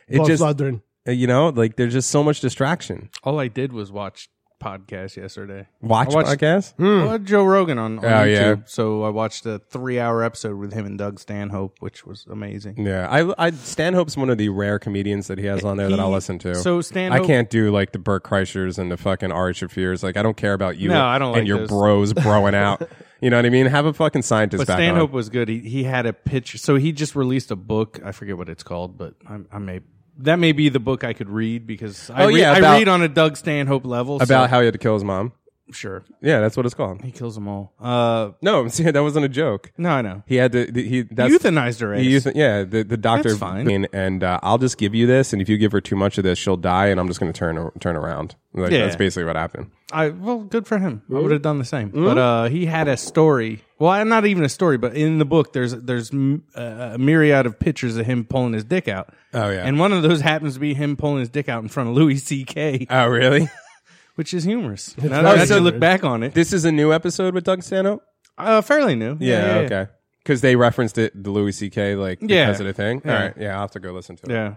it Bob just Lodren. Uh, you know like there's just so much distraction All I did was watch podcasts yesterday. watch I watched- Hmm? podcast Well, Joe Rogan on, on Oh, yeah. YouTube. So I watched a three hour episode with him and Doug Stanhope, which was amazing. yeah i i stanhope's one of the rare comedians that he has on there that i'll He- listen to so Stanhope- i can't do like the Burt kreischers and the fucking ari shafirs like i don't care about you No, I don't and like your those. [laughs] bros broing out you know what i mean have a fucking scientist But back Stanhope on. was good. He, he had a picture. So he just released a book. I forget what it's called, but I, I may. That may be the book I could read because I, Oh, read, yeah, I about- read on a Doug Stanhope level. about so, how he had to kill his mom sure yeah that's what it's called he kills them all. Uh, no [laughs] I'm serious, that wasn't a joke no, I know. he had to the- he that's euthanized her ass. He euth- yeah, the, the doctor. That's fine. came and uh, I'll just give you this, and if you give her too much of this, she'll die, and I'm just going to turn turn around. Like, Yeah. That's basically what happened. I well, good for him. I Mm-hmm. would have done the same. But uh, he had a story. Well, not even a story, but in the book, there's there's m- a a myriad of pictures of him pulling his dick out. Oh, yeah. and one of those happens to be him pulling his dick out in front of Louis C.K., Oh, really? [laughs] which is humorous. Now that so- you look back on it, this is a new episode with Doug Stanhope. uh, fairly new. okay. Because they referenced it, the Louis C.K. like Yeah. because of the thing. Yeah. All right, yeah, I'll have to go listen to it. Yeah.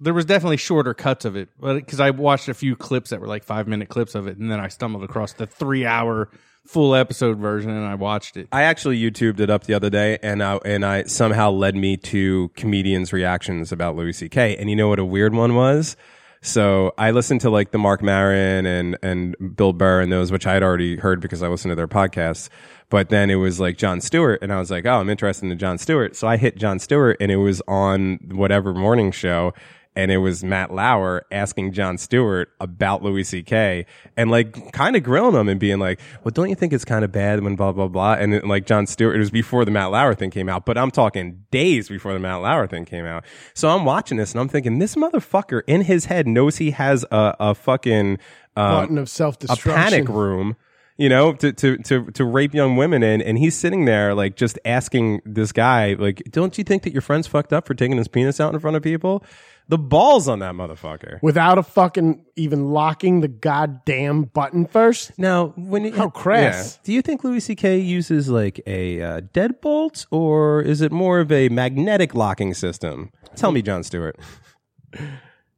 There was definitely shorter cuts of it, but because I watched a few clips that were like five minute clips of it, and then I stumbled across the three hour full episode version, and I watched it. I actually YouTubed it up the other day, and I, and I somehow led me to comedians' reactions about Louis C.K. And you know what a weird one was? So I listened to like the Mark Maron and and Bill Burr and those, which I had already heard because I listened to their podcasts. But then it was like John Stewart, and I was like, oh, I'm interested in John Stewart. So I hit John Stewart, and it was on whatever morning show. And it was Matt Lauer asking John Stewart about Louis C.K. and like kind of grilling him and being like, "Well, don't you think it's kind of bad when blah blah blah?" And then, like John Stewart, it was before the Matt Lauer thing came out, but I'm talking days before the Matt Lauer thing came out. So I'm watching this and I'm thinking, this motherfucker in his head knows he has a, a fucking uh, Button of self a panic destruction. room, you know, to, to, to, to rape young women in. And he's sitting there, like, just asking this guy, like, don't you think that your friend's fucked up for taking his penis out in front of people? The balls on that motherfucker. Without a fucking even locking the goddamn button first. Now, when it, How crass. Do you think Louis C.K. uses like a uh, deadbolt, or is it more of a magnetic locking system? Tell me, John Stewart.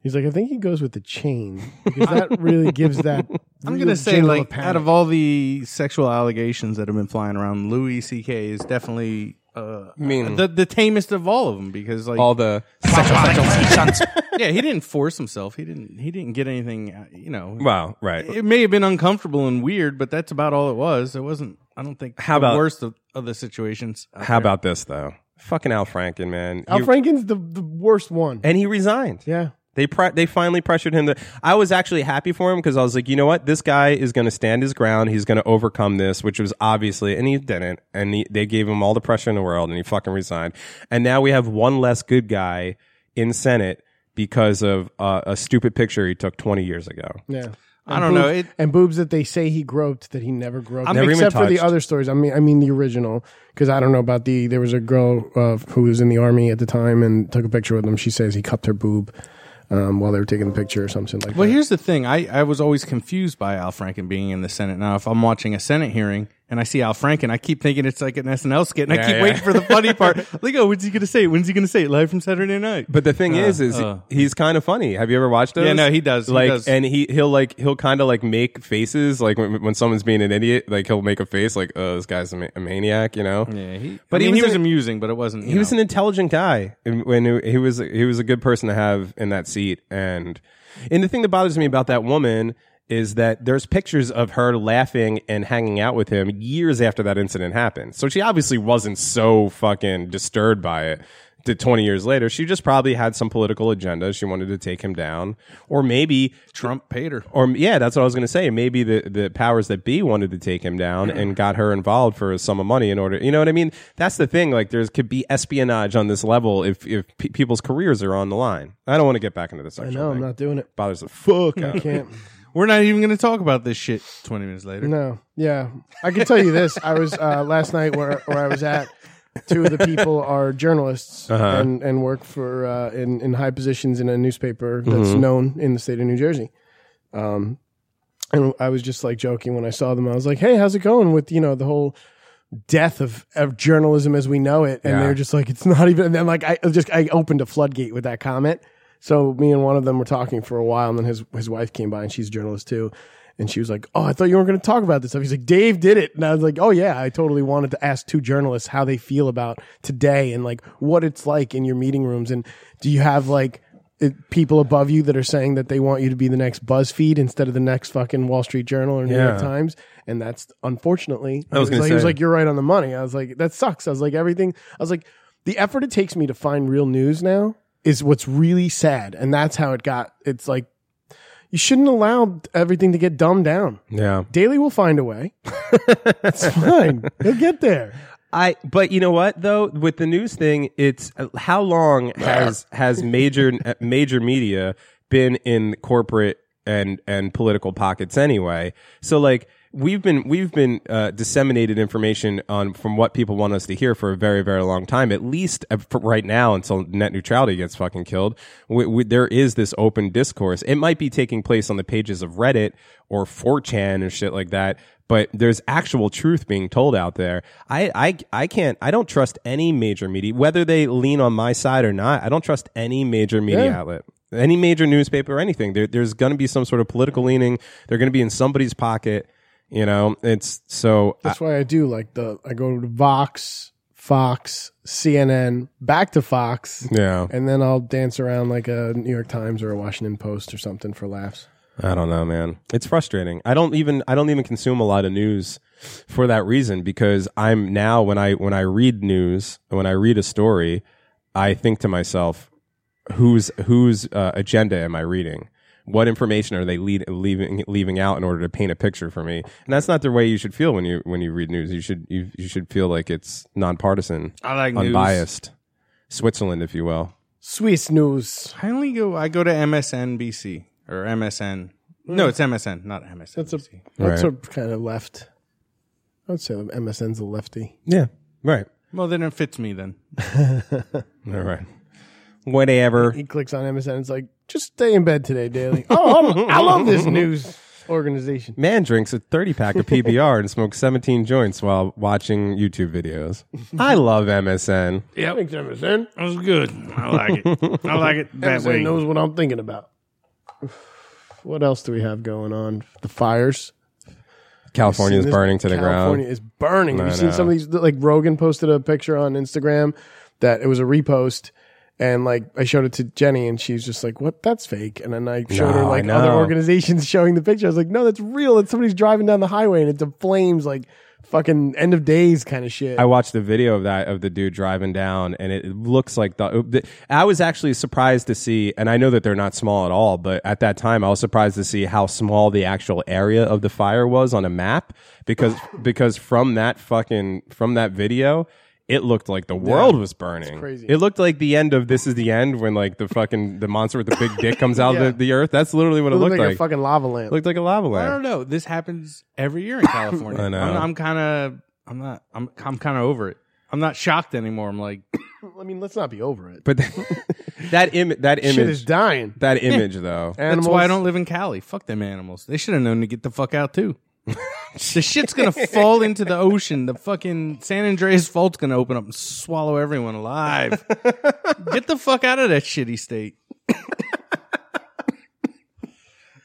He's like, I think he goes with the chain because that really gives that. [laughs] I'm gonna say like out of all the sexual allegations that have been flying around, Louis C.K. is definitely uh, Mean. the the tamest of all of them because like All the [laughs] yeah he didn't force himself he didn't he didn't get anything uh, you know wow, right? it may have been uncomfortable and weird but that's about all it was it wasn't I don't think How the about- worst of, of the situations out How there. about this though? Fucking Al Franken, man. Al You- Franken's the, the worst one. and he resigned. Yeah. They pre- they finally pressured him. To- I was actually happy for him because I was like, you know what, this guy is going to stand his ground. He's going to overcome this, which was obviously, and he didn't. And he, they gave him all the pressure in the world, and he fucking resigned. And now we have one less good guy in Senate because of uh, a stupid picture he took 20 years ago. Yeah. I don't know it Boobs- and boobs that they say he groped that he never groped. Never even Except for the touched. other stories. I mean, I mean the original because I don't know about the. There was a girl uh, who was in the army at the time and took a picture with him. She says he cupped her boob um, while they were taking the picture or something like Well, that. here's the thing. I, I was always confused by Al Franken being in the Senate. Now, if I'm watching a Senate hearing and I see Al Franken, I keep thinking it's like an SNL skit, and I Yeah, keep yeah. waiting for the funny part. [laughs] Like, oh, when's he going to say it? When's he going to say it? Live from Saturday night. But the thing is, is uh. he's kind of funny. Have you ever watched those? Yeah, no, he does. He Like, does. and he he'll like he'll kind of like make faces like when, when someone's being an idiot, like he'll make a face like, oh, this guy's a, ma- a maniac, you know? yeah, he, But but he he, was was in- amusing, but it wasn't. You he was know. an intelligent guy and when he- he was he was a good person to have in that seat and and the thing that bothers me about that woman is that there's pictures of her laughing and hanging out with him years after that incident happened so she obviously wasn't so fucking disturbed by it to 20 years later, she just probably had some political agenda. She wanted to take him down. Or maybe Trump paid her. or yeah, that's what I was going to say. Maybe the, the powers that be wanted to take him down and got her involved for a sum of money in order. You know what I mean? That's the thing. Like there's could be espionage on this level if if pe- people's careers are on the line. I don't want to get back into this. I No, I'm not doing it. Bothers the fuck out. I of me. can't. [laughs] We're not even going to talk about this shit 20 minutes later. No, yeah, I can tell you this. I was uh, last night where where I was at. Two of the people are journalists and, and work for uh, in in high positions in a newspaper that's known in the state of New Jersey. Um, and I was just like joking when I saw them. I was like, "Hey, how's it going with you know the whole death of, of journalism as we know it?" And Yeah. they're just like, "It's not even." And then like I just I opened a floodgate with that comment. So me and one of them were talking for a while, and then his his wife came by, and she's a journalist too. And she was like, "Oh, I thought you weren't going to talk about this stuff." He's like, "Dave did it," and I was like, "Oh yeah, I totally wanted to ask two journalists how they feel about today and like what it's like in your meeting rooms, and do you have like it, people above you that are saying that they want you to be the next BuzzFeed instead of the next fucking Wall Street Journal or New Yeah. York Times?" And that's unfortunately, I was he gonna like, he was say. like, "You're right on the money." I was like, "That sucks." I was like, "Everything." I was like, "The effort it takes me to find real news now is what's really sad," and that's how it got. It's like you shouldn't allow everything to get dumbed down. Yeah. Daily will find a way. [laughs] it's fine. He'll get there. I but you know what though with the news thing it's uh, how long has has major uh, major media been in corporate and and political pockets anyway so like we've been we've been uh, disseminated information on from what people want us to hear for a very very long time at least uh, for right now until net neutrality gets fucking killed we, we, there is this open discourse it might be taking place on the pages of Reddit or 4chan and shit like that but there's actual truth being told out there. I, I, I can't, I don't trust any major media, whether they lean on my side or not. I don't trust any major media Yeah. outlet, any major newspaper or anything. There, there's going to be some sort of political leaning. They're going to be in somebody's pocket. You know, it's so That's why I do like the. I go to Vox, Fox, CNN, back to Fox, yeah. and then I'll dance around like a New York Times or a Washington Post or something for laughs. I don't know, man. It's frustrating. I don't even I don't even consume a lot of news for that reason because I'm now when I when I read news, when I read a story, I think to myself, whose whose uh, agenda am I reading? What information are they lead, leaving leaving out in order to paint a picture for me? And that's not the way you should feel when you when you read news. You should you, you should feel like it's nonpartisan, I like news. unbiased, Switzerland, if you will. Swiss news. I only go. I go to MSNBC or MSN. No, it's MSN, not MSNBC. That's a Right. that's a kind of left. I would say MSN's a lefty. Yeah, right, well, then it fits me. Then all right, whatever. He clicks on MSN. It's like just stay in bed today, Daily. Oh, I'm- I love this news organization. [laughs] Man drinks a 30 pack of PBR and smokes 17 joints while watching YouTube videos. I love MSN. Yeah, thanks MSN. that was good. I like it. I like it that Everybody knows what I'm thinking about. What else do we have going on? The fires. California is This- burning to the California ground. is burning. Have I you seen some of these? Like Rogan posted a picture on Instagram that it was a repost. And like I showed it to Jenny, and she's just like, "What? That's fake." And then I showed No, her I like other know. organizations [laughs] showing the picture. I was like, "No, that's real. It's somebody's driving down the highway, and it's a flames, like fucking end of days kind of shit." I watched the video of that of the dude driving down, and it looks like the. I was actually surprised to see, and I know that they're not small at all, but at that time I was surprised to see how small the actual area of the fire was on a map because because from that fucking from that video. It looked like the world was burning. crazy. It looked like the end of This Is the End when like the fucking the monster with the big dick comes out Yeah. of the, the earth. That's literally what it, it looked looked, like, a like. fucking lava lamp. looked like a lava I don't lamp. know. This happens every [coughs] year in California. I know. I'm, I'm kind of. I'm not. I'm. I'm kind of over it. I'm not shocked anymore. I'm like, I mean, let's not be over it. But [laughs] that image that Shit is image dying. [laughs] that image though. that's why I don't live in Cali. Fuck them animals. They should have known to get the fuck out too. the shit's gonna fall into the ocean. The fucking San Andreas fault's gonna open up and swallow everyone alive. get the fuck out of that shitty state.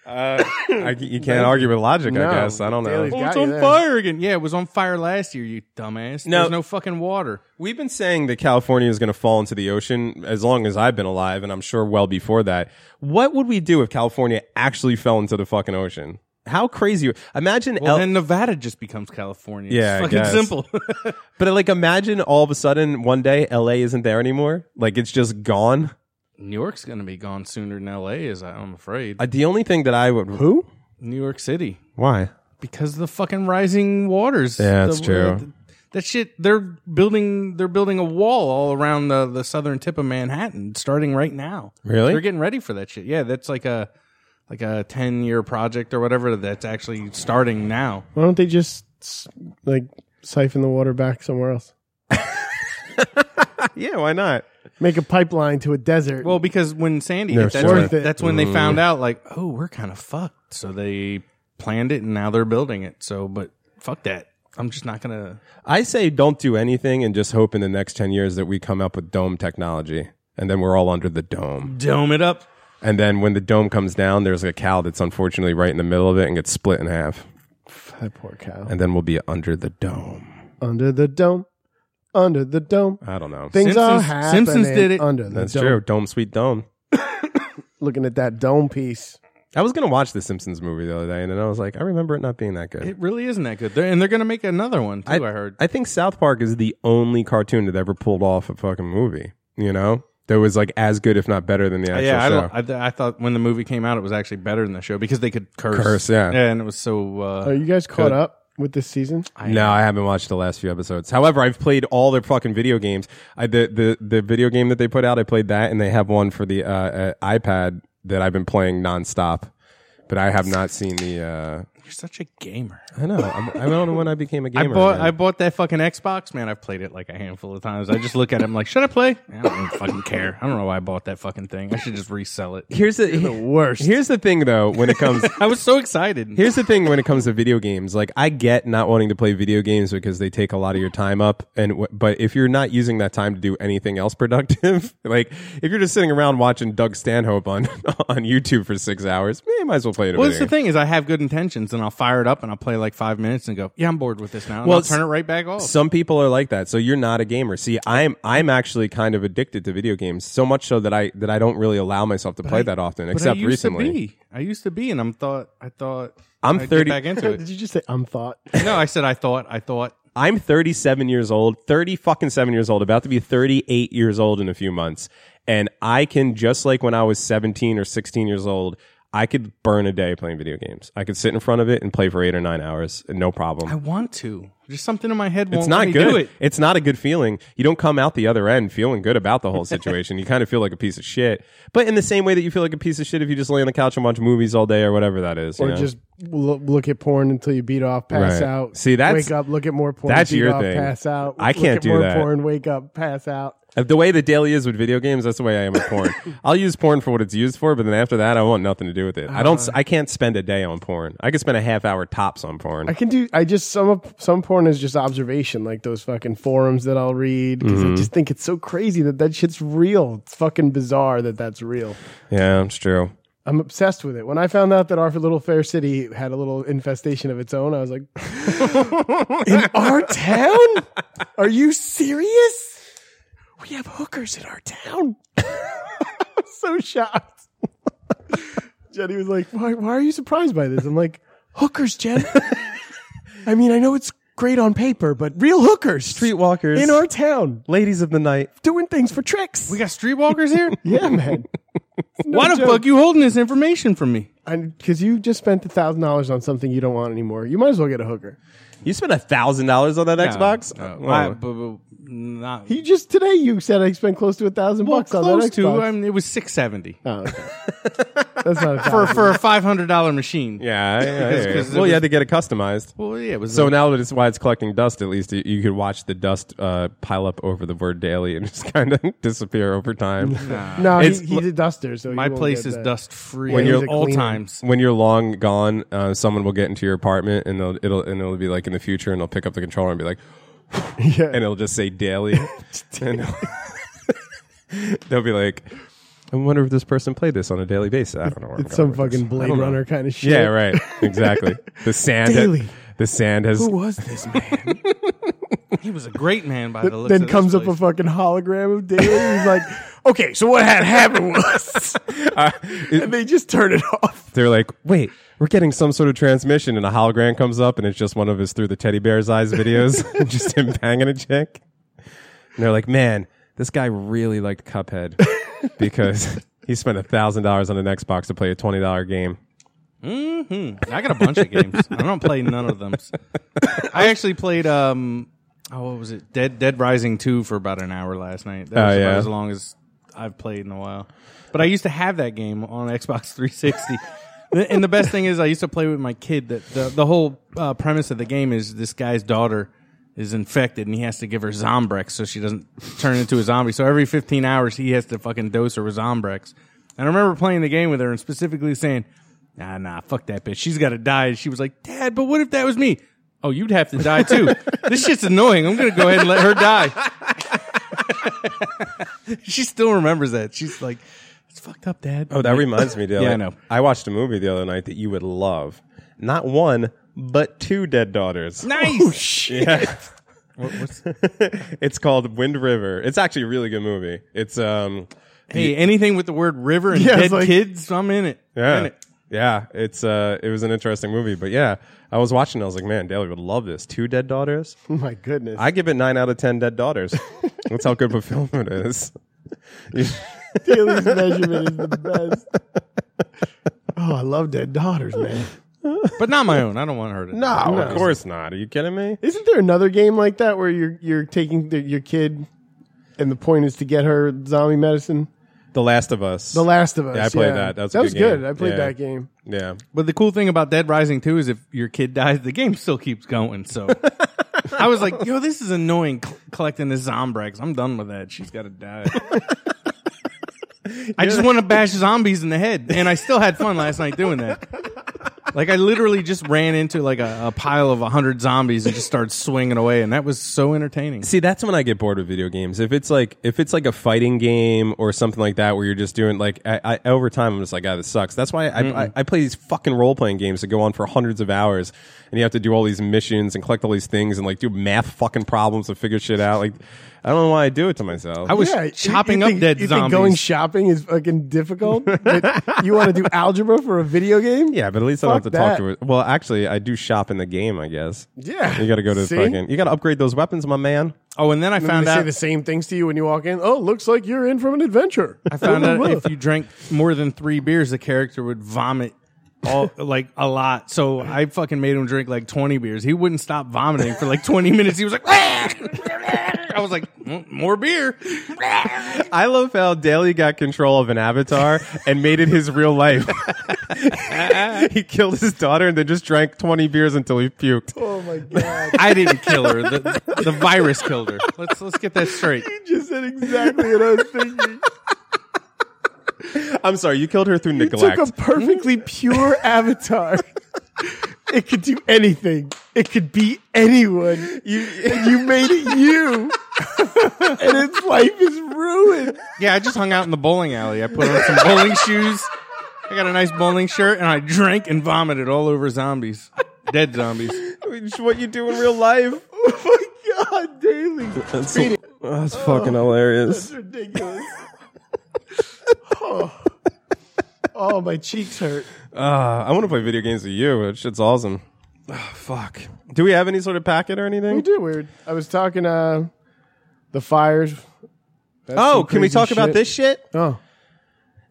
I, you can't argue with logic, No. I guess. I don't know. Daily- Oh, it's Got you on there. fire again. Yeah, it was on fire last year, you dumbass. No. There's no fucking water. We've been saying that California is going to fall into the ocean as long as I've been alive, and I'm sure well before that. What would we do if California actually fell into the fucking ocean? How crazy! Imagine Well, El- then Nevada just becomes California. Yeah, I it's fucking guess. simple. [laughs] But like, imagine all of a sudden one day LA isn't there anymore. Like it's just gone. New York's gonna be gone sooner than L.A. is. I'm afraid. Uh, the only thing that I would who New York City why because of the fucking rising waters. Yeah, The- that's true. the- that shit. They're building. They're building a wall all around the the southern tip of Manhattan, starting right now. Really? They're getting ready for that shit. Yeah, that's like a like a ten year project or whatever. That's actually starting now. Why don't they just s- like siphon the water back somewhere else? yeah why not Make a pipeline to a desert. Well, because when Sandy They're hit, that's, worth when, it. that's when they Mm. found out, like, oh, we're kind of fucked. So they planned it, and now they're building it. So, but fuck that. I'm just not gonna. I say don't do anything and just hope in the next ten years that we come up with dome technology and then we're all under the dome dome it up. and then when the dome comes down there's a cow that's unfortunately right in the middle of it and gets split in half that poor cow. and then we'll be under the dome. Under the dome. Under the dome. I don't know. Things are Simpsons- happening. Simpsons did it. Under the That's dome. true. Dome sweet dome. Looking at that dome piece. I was gonna watch the Simpsons movie the other day and then I was like I remember it not being that good. It really isn't that good. They're, and they're gonna make another one too. I, heard. I think South Park is the only cartoon that ever pulled off a fucking movie. You know, that was like as good, if not better, than the actual yeah, I, show. don't- I, th- I thought when the movie came out, it was actually better than the show because they could curse. Curse, yeah. Oh, and it was so. Uh, Are you guys caught Good. up with this season? no, I haven't watched the last few episodes. However, I've played all their fucking video games. I the the the video game that they put out, I played that, and they have one for the uh, uh, iPad that I've been playing nonstop. But I have not seen the. Uh, You're such a gamer. I know. I'm, I don't know when I became a I gamer. bought man. I bought that fucking Xbox, man. I've played it like a handful of times. I just look at it, I'm like, should I play? I don't even fucking care. I don't know why I bought that fucking thing. I should just resell it. here's the, [laughs] worst. Here's the thing, though. When it comes, I was so excited. Here's the thing when it comes to video games. Like, I get not wanting to play video games because they take a lot of your time up. And w- but if you're not using that time to do anything else productive, [laughs] like if you're just sitting around watching Doug Stanhope on [laughs] on YouTube for six hours, eh, you might as well play it. Well, that's the thing is, I have good intentions, and I'll fire it up, and I'll play like five minutes, and go, yeah, I'm bored with this now. And Well, I'll turn it right back off. Some people are like that, so you're not a gamer. See, I'm I'm actually kind of addicted to video games, so much so that I that I don't really allow myself to play I- that often, but except I used recently. To be. I used to be, and I'm thought. I thought I'm I'd get 30 back into [laughs] Did it. you just say I'm thought? no, I said I thought. I thought. I'm 37 years old, 30 fucking seven years old, about to be 38 years old in a few months. And I can, just like when I was 17 or 16 years old, I could burn a day playing video games. I could sit in front of it and play for eight or nine hours, and no problem. I want to. There's something in my head. Won't it's let not me good. Do it. It's not a good feeling. You don't come out the other end feeling good about [laughs] the whole situation. you kind of feel like a piece of shit. But in the same way that you feel like a piece of shit if you just lay on the couch and watch movies all day or whatever that is. you Or know? just lo- look at porn until you beat off, pass Right. out. See, that's- wake up, look at more porn. that's beat your off, thing. Pass out. I look can't at do more that. Porn, wake up, pass out. Uh, The way the daily is with video games, that's the way I am with porn. I'll use porn for what it's used for, but then after that, I want nothing to do with it. I don't. s- I can't spend a day on porn. I could spend a half hour tops on porn. I can do. I just some of some porn is just observation, like those fucking forums that I'll read because Mm-hmm. I just think it's so crazy that that shit's real. It's fucking bizarre that that's real. yeah, it's true. I'm obsessed with it. When I found out that our little fair city had a little infestation of its own, I was like, [laughs] in our town? Are you serious? We have hookers in our town. [laughs] I was so shocked. [laughs] Jenny was like, why, why are you surprised by this? I'm like, hookers, Jen. [laughs] I mean, I know it's great on paper, but real hookers. Streetwalkers, in our town ladies of the night. doing things for tricks. We got streetwalkers [laughs] here. yeah, man. Why the joke. fuck you holding this information from me? because you just spent a thousand dollars on something you don't want anymore. You might as well get a hooker. You spent a thousand dollars on that Xbox. No, no. Wow. I- but- but not You just today you said I spent close to a thousand well, bucks on that close Xbox. to. I mean, it was six seventy Oh, okay. That's not a for for, for a five hundred dollar machine. yeah, [laughs] yeah, yeah, yeah. 'cause it Well, you was- had to get it customized. Well, yeah, it was. So a- now that it's why it's collecting dust, at least you, you could watch the dust uh, pile up over the word daily and [laughs] just kind of disappear over time. no. It's- He, he's a duster, so he my won't place get is that. dust free When at you're- all Cleaner. [laughs] times. when you're long gone, uh, someone will get into your apartment and they'll, it'll and it'll be like in the future, and they'll pick up the controller and be like, [laughs] Yeah. and it'll just say daily, [laughs] and they'll, [laughs] they'll be like, I wonder if this person played this on a daily basis. I don't know. Where It's I'm going some with this. fucking I Blade don't know. Runner kind of shit. Yeah, right. Exactly. the sand. ha- Daily. the sand has. Who was this man? He was a great man by the looks. then of this comes up place. a fucking hologram of Daly. He's like, okay, so what had happened was, [laughs] and they just turn it off. They're like, wait, we're getting some sort of transmission, and a hologram comes up, and it's just one of his through the teddy bear's eyes [laughs] videos, just him banging a chick. And they're like, man, this guy really liked Cuphead because he spent a thousand dollars on an Xbox to play a twenty dollar game. I got a bunch of games. I don't play none of [laughs] them. I actually played um oh what was it? Dead Dead Rising 2 for about an hour last night. That was Oh, yeah. about as long as I've played in a while. But I used to have that game on [laughs] Xbox 360. The- and the best thing is I used to play with my kid that the the whole uh, premise of the game is this guy's daughter is infected and he has to give her Zombrex so she doesn't turn into a zombie. So every 15 hours he has to fucking dose her with Zombrex. And I remember playing the game with her and specifically saying, nah, nah, fuck that bitch. She's got to die. And she was like, Dad, but what if that was me? Oh, you'd have to die too. this shit's annoying. I'm going to go ahead and let her die. she still remembers that. She's like, it's fucked up, Dad. Oh, that reminds [laughs] me, Dale. Yeah, I know. I watched a movie the other night that you would love. Not one, but two dead daughters. nice. oh, Yeah. [laughs] it's called Wind River. It's actually a really good movie. It's um Hey, anything with the word river and Yeah, it's dead like- kids, I'm in it. I'm in yeah. it. Yeah, it's uh it was an interesting movie, but yeah, I was watching I was like, man, Daly would love this. Two dead daughters? [laughs] Oh my goodness. [laughs] I give it 9 out of 10 dead daughters. That's how good of a film it is. Daly's measurement is the best. [laughs] Oh, I love dead daughters, man. But not my own. I don't want her to. die. No, Of course not. Are you kidding me? Isn't there another game like that where you're you're taking the, your kid, and the point is to get her zombie medicine? The Last of Us. The Last of Us. Yeah, I played that. That's a good that was game. good. I played Yeah. that game. yeah. But the cool thing about Dead Rising 2 is if your kid dies, the game still keeps going. [laughs] So I was like, yo, this is annoying cl- collecting this Zombrex. I'm done with that. She's got to [laughs] die. I just want to bash zombies in the head. And I still had fun last night doing that. Like I literally just ran into like a, a pile of 100 zombies and just started swinging away. And that was so entertaining. See, that's when I get bored with video games. If it's like if it's like a fighting game or something like that, where you're just doing like I, I, over time, I'm just like, ah, this sucks. That's why I, I, I play these fucking role playing games that go on for hundreds of hours, and you have to do all these missions and collect all these things and like do math fucking problems to figure shit out. Like, I don't know why I do it to myself. I was Yeah, you- chopping you up think- dead you zombies. Think going shopping is fucking difficult. That [laughs] you want to do algebra for a video game? yeah, but at least I don't have to Fuck talk that. to it. Well, actually, I do shop in the game, I guess. Yeah. you got to go to See? fucking. You got to upgrade those weapons, my man. oh, and then I And then found they say out the same things to you when you walk in. Oh, looks like you're in from an adventure. I found out if you drank more than three beers, the character would vomit [laughs] all like a lot. So I fucking made him drink like twenty beers. He wouldn't stop vomiting for like twenty minutes. He was like, [laughs] I was like, "Mm, more beer. [laughs] I love how Daly got control of an avatar and made it his real life. [laughs] he killed his daughter and then just drank 20 beers until he puked. oh my god! [laughs] I didn't kill her. The, the virus killed her. Let's let's get that straight. you just said exactly what I was [laughs] thinking. I'm sorry, you killed her through You neglect. took a perfectly Hmm? [laughs] pure avatar. It could do anything. It could be anyone. You you made [laughs] it you, and its life is ruined. Yeah, I just hung out in the bowling alley. I put on some bowling shoes. I got a nice bowling shirt, and I drank and vomited all over zombies, dead zombies. Which is what you do in real life. [laughs] Oh my god, Daily. That's, that's fucking Oh. hilarious. That's ridiculous. oh. Oh, my cheeks hurt. Uh, I want to play video games with you. That shit's awesome. Ah, fuck. Do we have any sort of packet or We anything? do weird. I was talking uh the fires. That's Oh, some can we crazy talk about shit. this shit? Oh.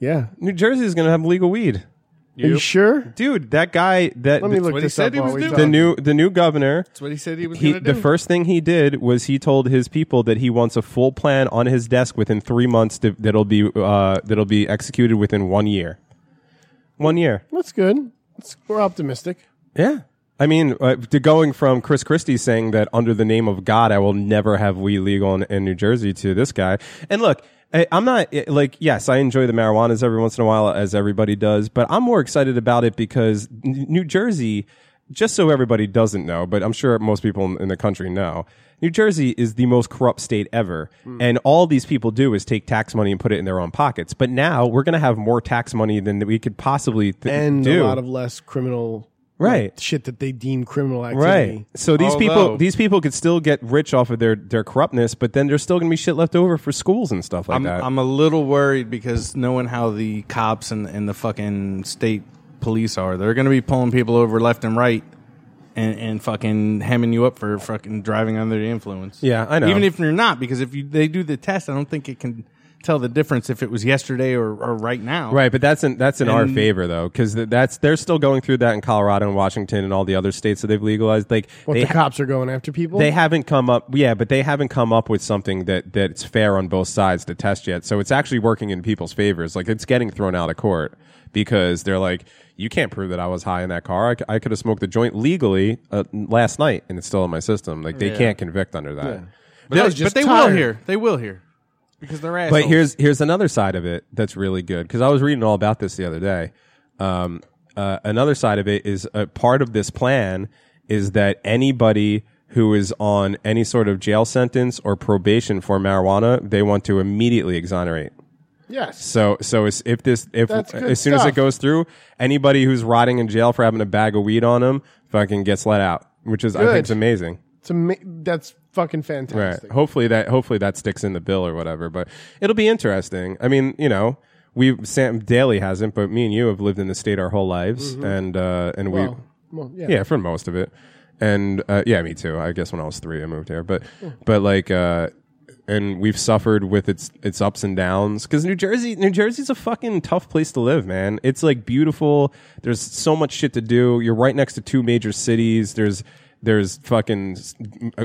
Yeah. New Jersey is going to have legal weed. Are you sure? Dude, that guy that Let me the- look what he this said up he while was we doing. talk. the new the new governor That's what he said he was he, going to do. the first thing he did was he told his people that he wants a full plan on his desk within three months to, that'll be uh, that'll be executed within one year. One year, That's good. It's, we're optimistic. yeah. I mean, uh, to going from Chris Christie saying that under the name of God, I will never have weed legal in, in New Jersey to this guy. And look, I, I'm not eh, like yes, I enjoy the marijuanas every once in a while, as everybody does, but I'm more excited about it because N- New Jersey. Just so everybody doesn't know, but I'm sure most people in- in the country know, New Jersey is the most corrupt state ever. And all these people do is take tax money and put it in their own pockets. But now we're going to have more tax money than we could possibly th- And do. a lot of less criminal Right. shit that they deem criminal activity. Right. So these people Although- these people could still get rich off of their, their corruptness, but then there's still gonna be shit left over for schools and stuff like I'm, that. I'm a little worried because knowing how the cops and, and the fucking state police are, they're going to be pulling people over left and right and, and fucking hemming you up for fucking driving under the influence. Yeah, I know. Even if you're not, because if you, they do the test, I don't think it can tell the difference if it was yesterday or, or right now. Right, but that's in that's in our And- favor though, because that's they're still going through that in Colorado and Washington and all the other states that they've legalized. Like What they the ha- cops are going after people? they haven't come up, yeah, but they haven't come up with something that that's fair on both sides to test yet. So it's actually working in people's favors. Like it's getting thrown out of court because they're like, you can't prove that I was high in that car. I, c- I could have smoked the joint legally uh, last night, and it's still in my system. Like they can't convict under that. But, they- I was just but they tired. will hear. They will hear. Because they're assholes. But Oh. here's here's another side of it that's really good because I was reading all about this the other day. Um, uh, another side of it is a part of this plan is that anybody who is on any sort of jail sentence or probation for marijuana, they want to immediately exonerate. yes. So so it's, if this if That's good as soon as it stuff. goes through, anybody who's rotting in jail for having a bag of weed on them fucking gets let out, which is I Good. think is amazing. It's ama- that's fucking Right. fantastic. Hopefully that hopefully that sticks in the bill or whatever. But it'll be interesting. I mean, you know, we Sam Daly hasn't, but me and you have lived in the state our whole lives, and uh, and we Well, Oh, well, yeah. yeah, for most of it. And uh, yeah, me too. I guess when I was three, I moved here. But but like, uh, and we've suffered with its its ups and downs because New Jersey, New Jersey's a fucking tough place to live, man. It's like beautiful. There's so much shit to do. You're right next to two major cities. There's there's fucking s-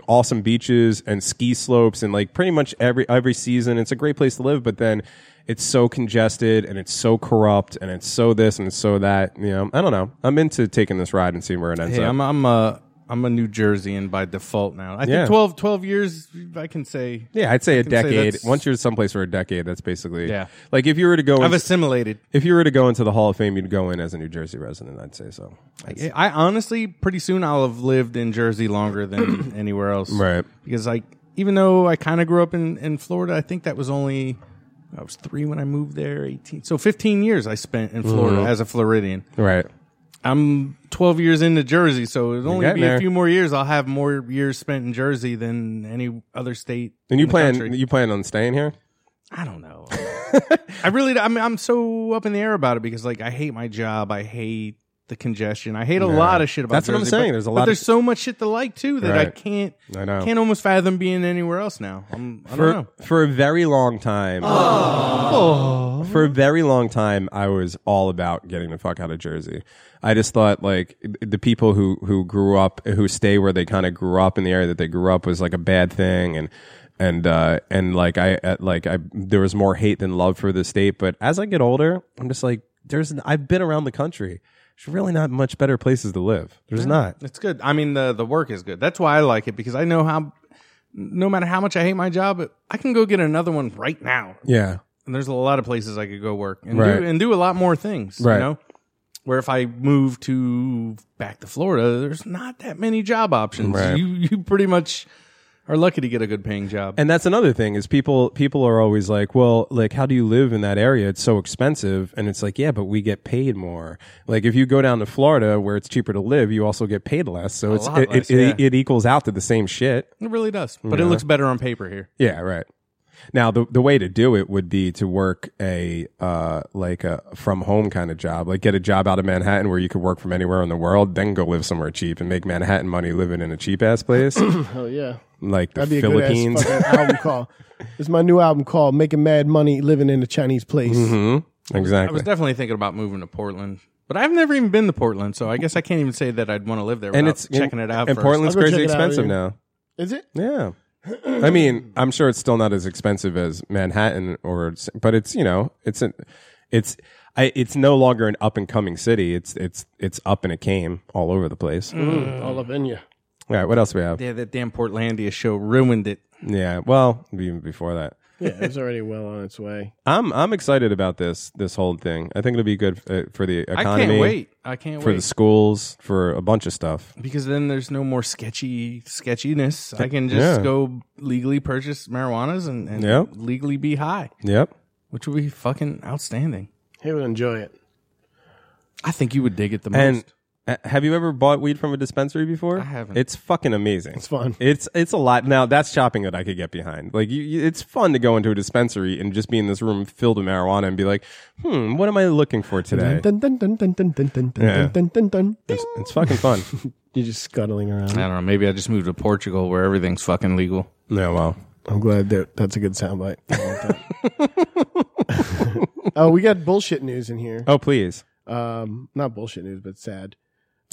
awesome beaches and ski slopes and like pretty much every every season. It's a great place to live, but then it's so congested and it's so corrupt and it's so this and it's so that. You know, I don't know. I'm into taking this ride and seeing where it ends Hey, up. I'm I'm a I'm a New Jerseyan by default now. I Yeah. think 12, 12 years I can say yeah, I'd say a can say decade. that's- Once you're someplace for a decade, that's basically Yeah. Like if you were to go, I've in, assimilated. if you were to go into the Hall of Fame, you'd go in as a New Jersey resident. I'd say so. I I honestly pretty soon I'll have lived in Jersey [clears throat] longer than anywhere else. Right. Because like even though I kind of grew up in in Florida, I think that was only I was 3 when I moved there, 18. So 15 years I spent in Florida Mm-hmm. as a Floridian. Right. I'm 12 years into Jersey, so it'll only getting be there. a few more years I'll have more years spent in Jersey than any other state. And you in the country. plan you plan on staying here? I [laughs] don't know. I really, I'm, I'm so up in the air about it because, like, I hate my job. I hate the congestion. I hate a lot of shit about. That's what I'm Jersey, saying. but- There's a but lot of- There's so much shit to like too that I Right. can't. I know. Can't almost fathom being anywhere else now. I'm, I don't for know. for a very long time. For a very long time, I was all about getting the fuck out of Jersey. I just thought like the people who who grew up who stay where they kind of grew up in the area that they grew up was like a bad thing and. And uh, and like I uh, like I there was more hate than love for the state. But as I get older, I'm just like there's n- I've been around the country. There's really not much better places to live. There's not. It's good. I mean, the the work is good. That's why I like it because I know how. No matter how much I hate my job, I can go get another one right now. Yeah. and there's a lot of places I could go work and Right. do and do a lot more things. Right. You know, where if I move to back to Florida, there's not that many job options. Right. You you pretty much are lucky to get a good paying job. And that's another thing is people people are always like, well, like how do you live in that area? It's so expensive, and it's like, yeah, but we get paid more. Like if you go down to Florida where it's cheaper to live, you also get paid less. So it's lot it, less, it, yeah. it, it equals out to the same shit. it really does, but it looks better on paper here. Yeah, right. Now the the way to do it would be to work a uh like a from home kind of job, like get a job out of Manhattan where you could work from anywhere in the world, then go live somewhere cheap and make Manhattan money living in a cheap ass [clears throat] place Hell yeah. like the That'd be a Philippines. good ass [laughs] album call. It's my new album called "Making Mad Money Living in a Chinese Place." Mm-hmm. I was exactly. definitely thinking about moving to Portland, but I've never even been to Portland, so I guess I can't even say that I'd want to live there. And without it's checking it out. And first. Portland's I'll go crazy check it out, expensive yeah. now. Is it? Yeah. I mean, I'm sure it's still not as expensive as Manhattan or s- but it's, you know, it's an it's I, it's no longer an up and coming city. It's it's it's up and it came all over the place. Mm. Uh, All up in you. All right, what else we have? Yeah, yeah, that damn Portlandia show ruined it. well, even before that. Yeah, it was already well on its way. I'm I'm excited about this this whole thing. I think it'll be good uh, for the I economy, can't wait. I can't for wait the schools, for a bunch of stuff. because then there's no more sketchy sketchiness. I can just Yeah. go legally purchase marijuanas and, and Yeah. legally be high, Yep. which would be fucking outstanding. He would enjoy it. I think you would dig it the most. And Uh, Have you ever bought weed from a dispensary before? I haven't. It's fucking amazing. It's fun. It's it's a lot. Now that's shopping that I could get behind. Like you, you, it's fun to go into a dispensary and just be in this room filled with marijuana and be like, hmm, what am I looking for today? Dun, dun, dun, dun, dun, dun, dun, dun, Yeah. dun, dun, dun. It's, it's fucking fun. You're just scuttling I around. don't know. Maybe I just moved to Portugal where everything's fucking legal. [laughs] yeah, well, I'm glad that that's a good soundbite. I like that. [laughs] Oh, we got bullshit news in here. oh please. Um, not bullshit news, but sad.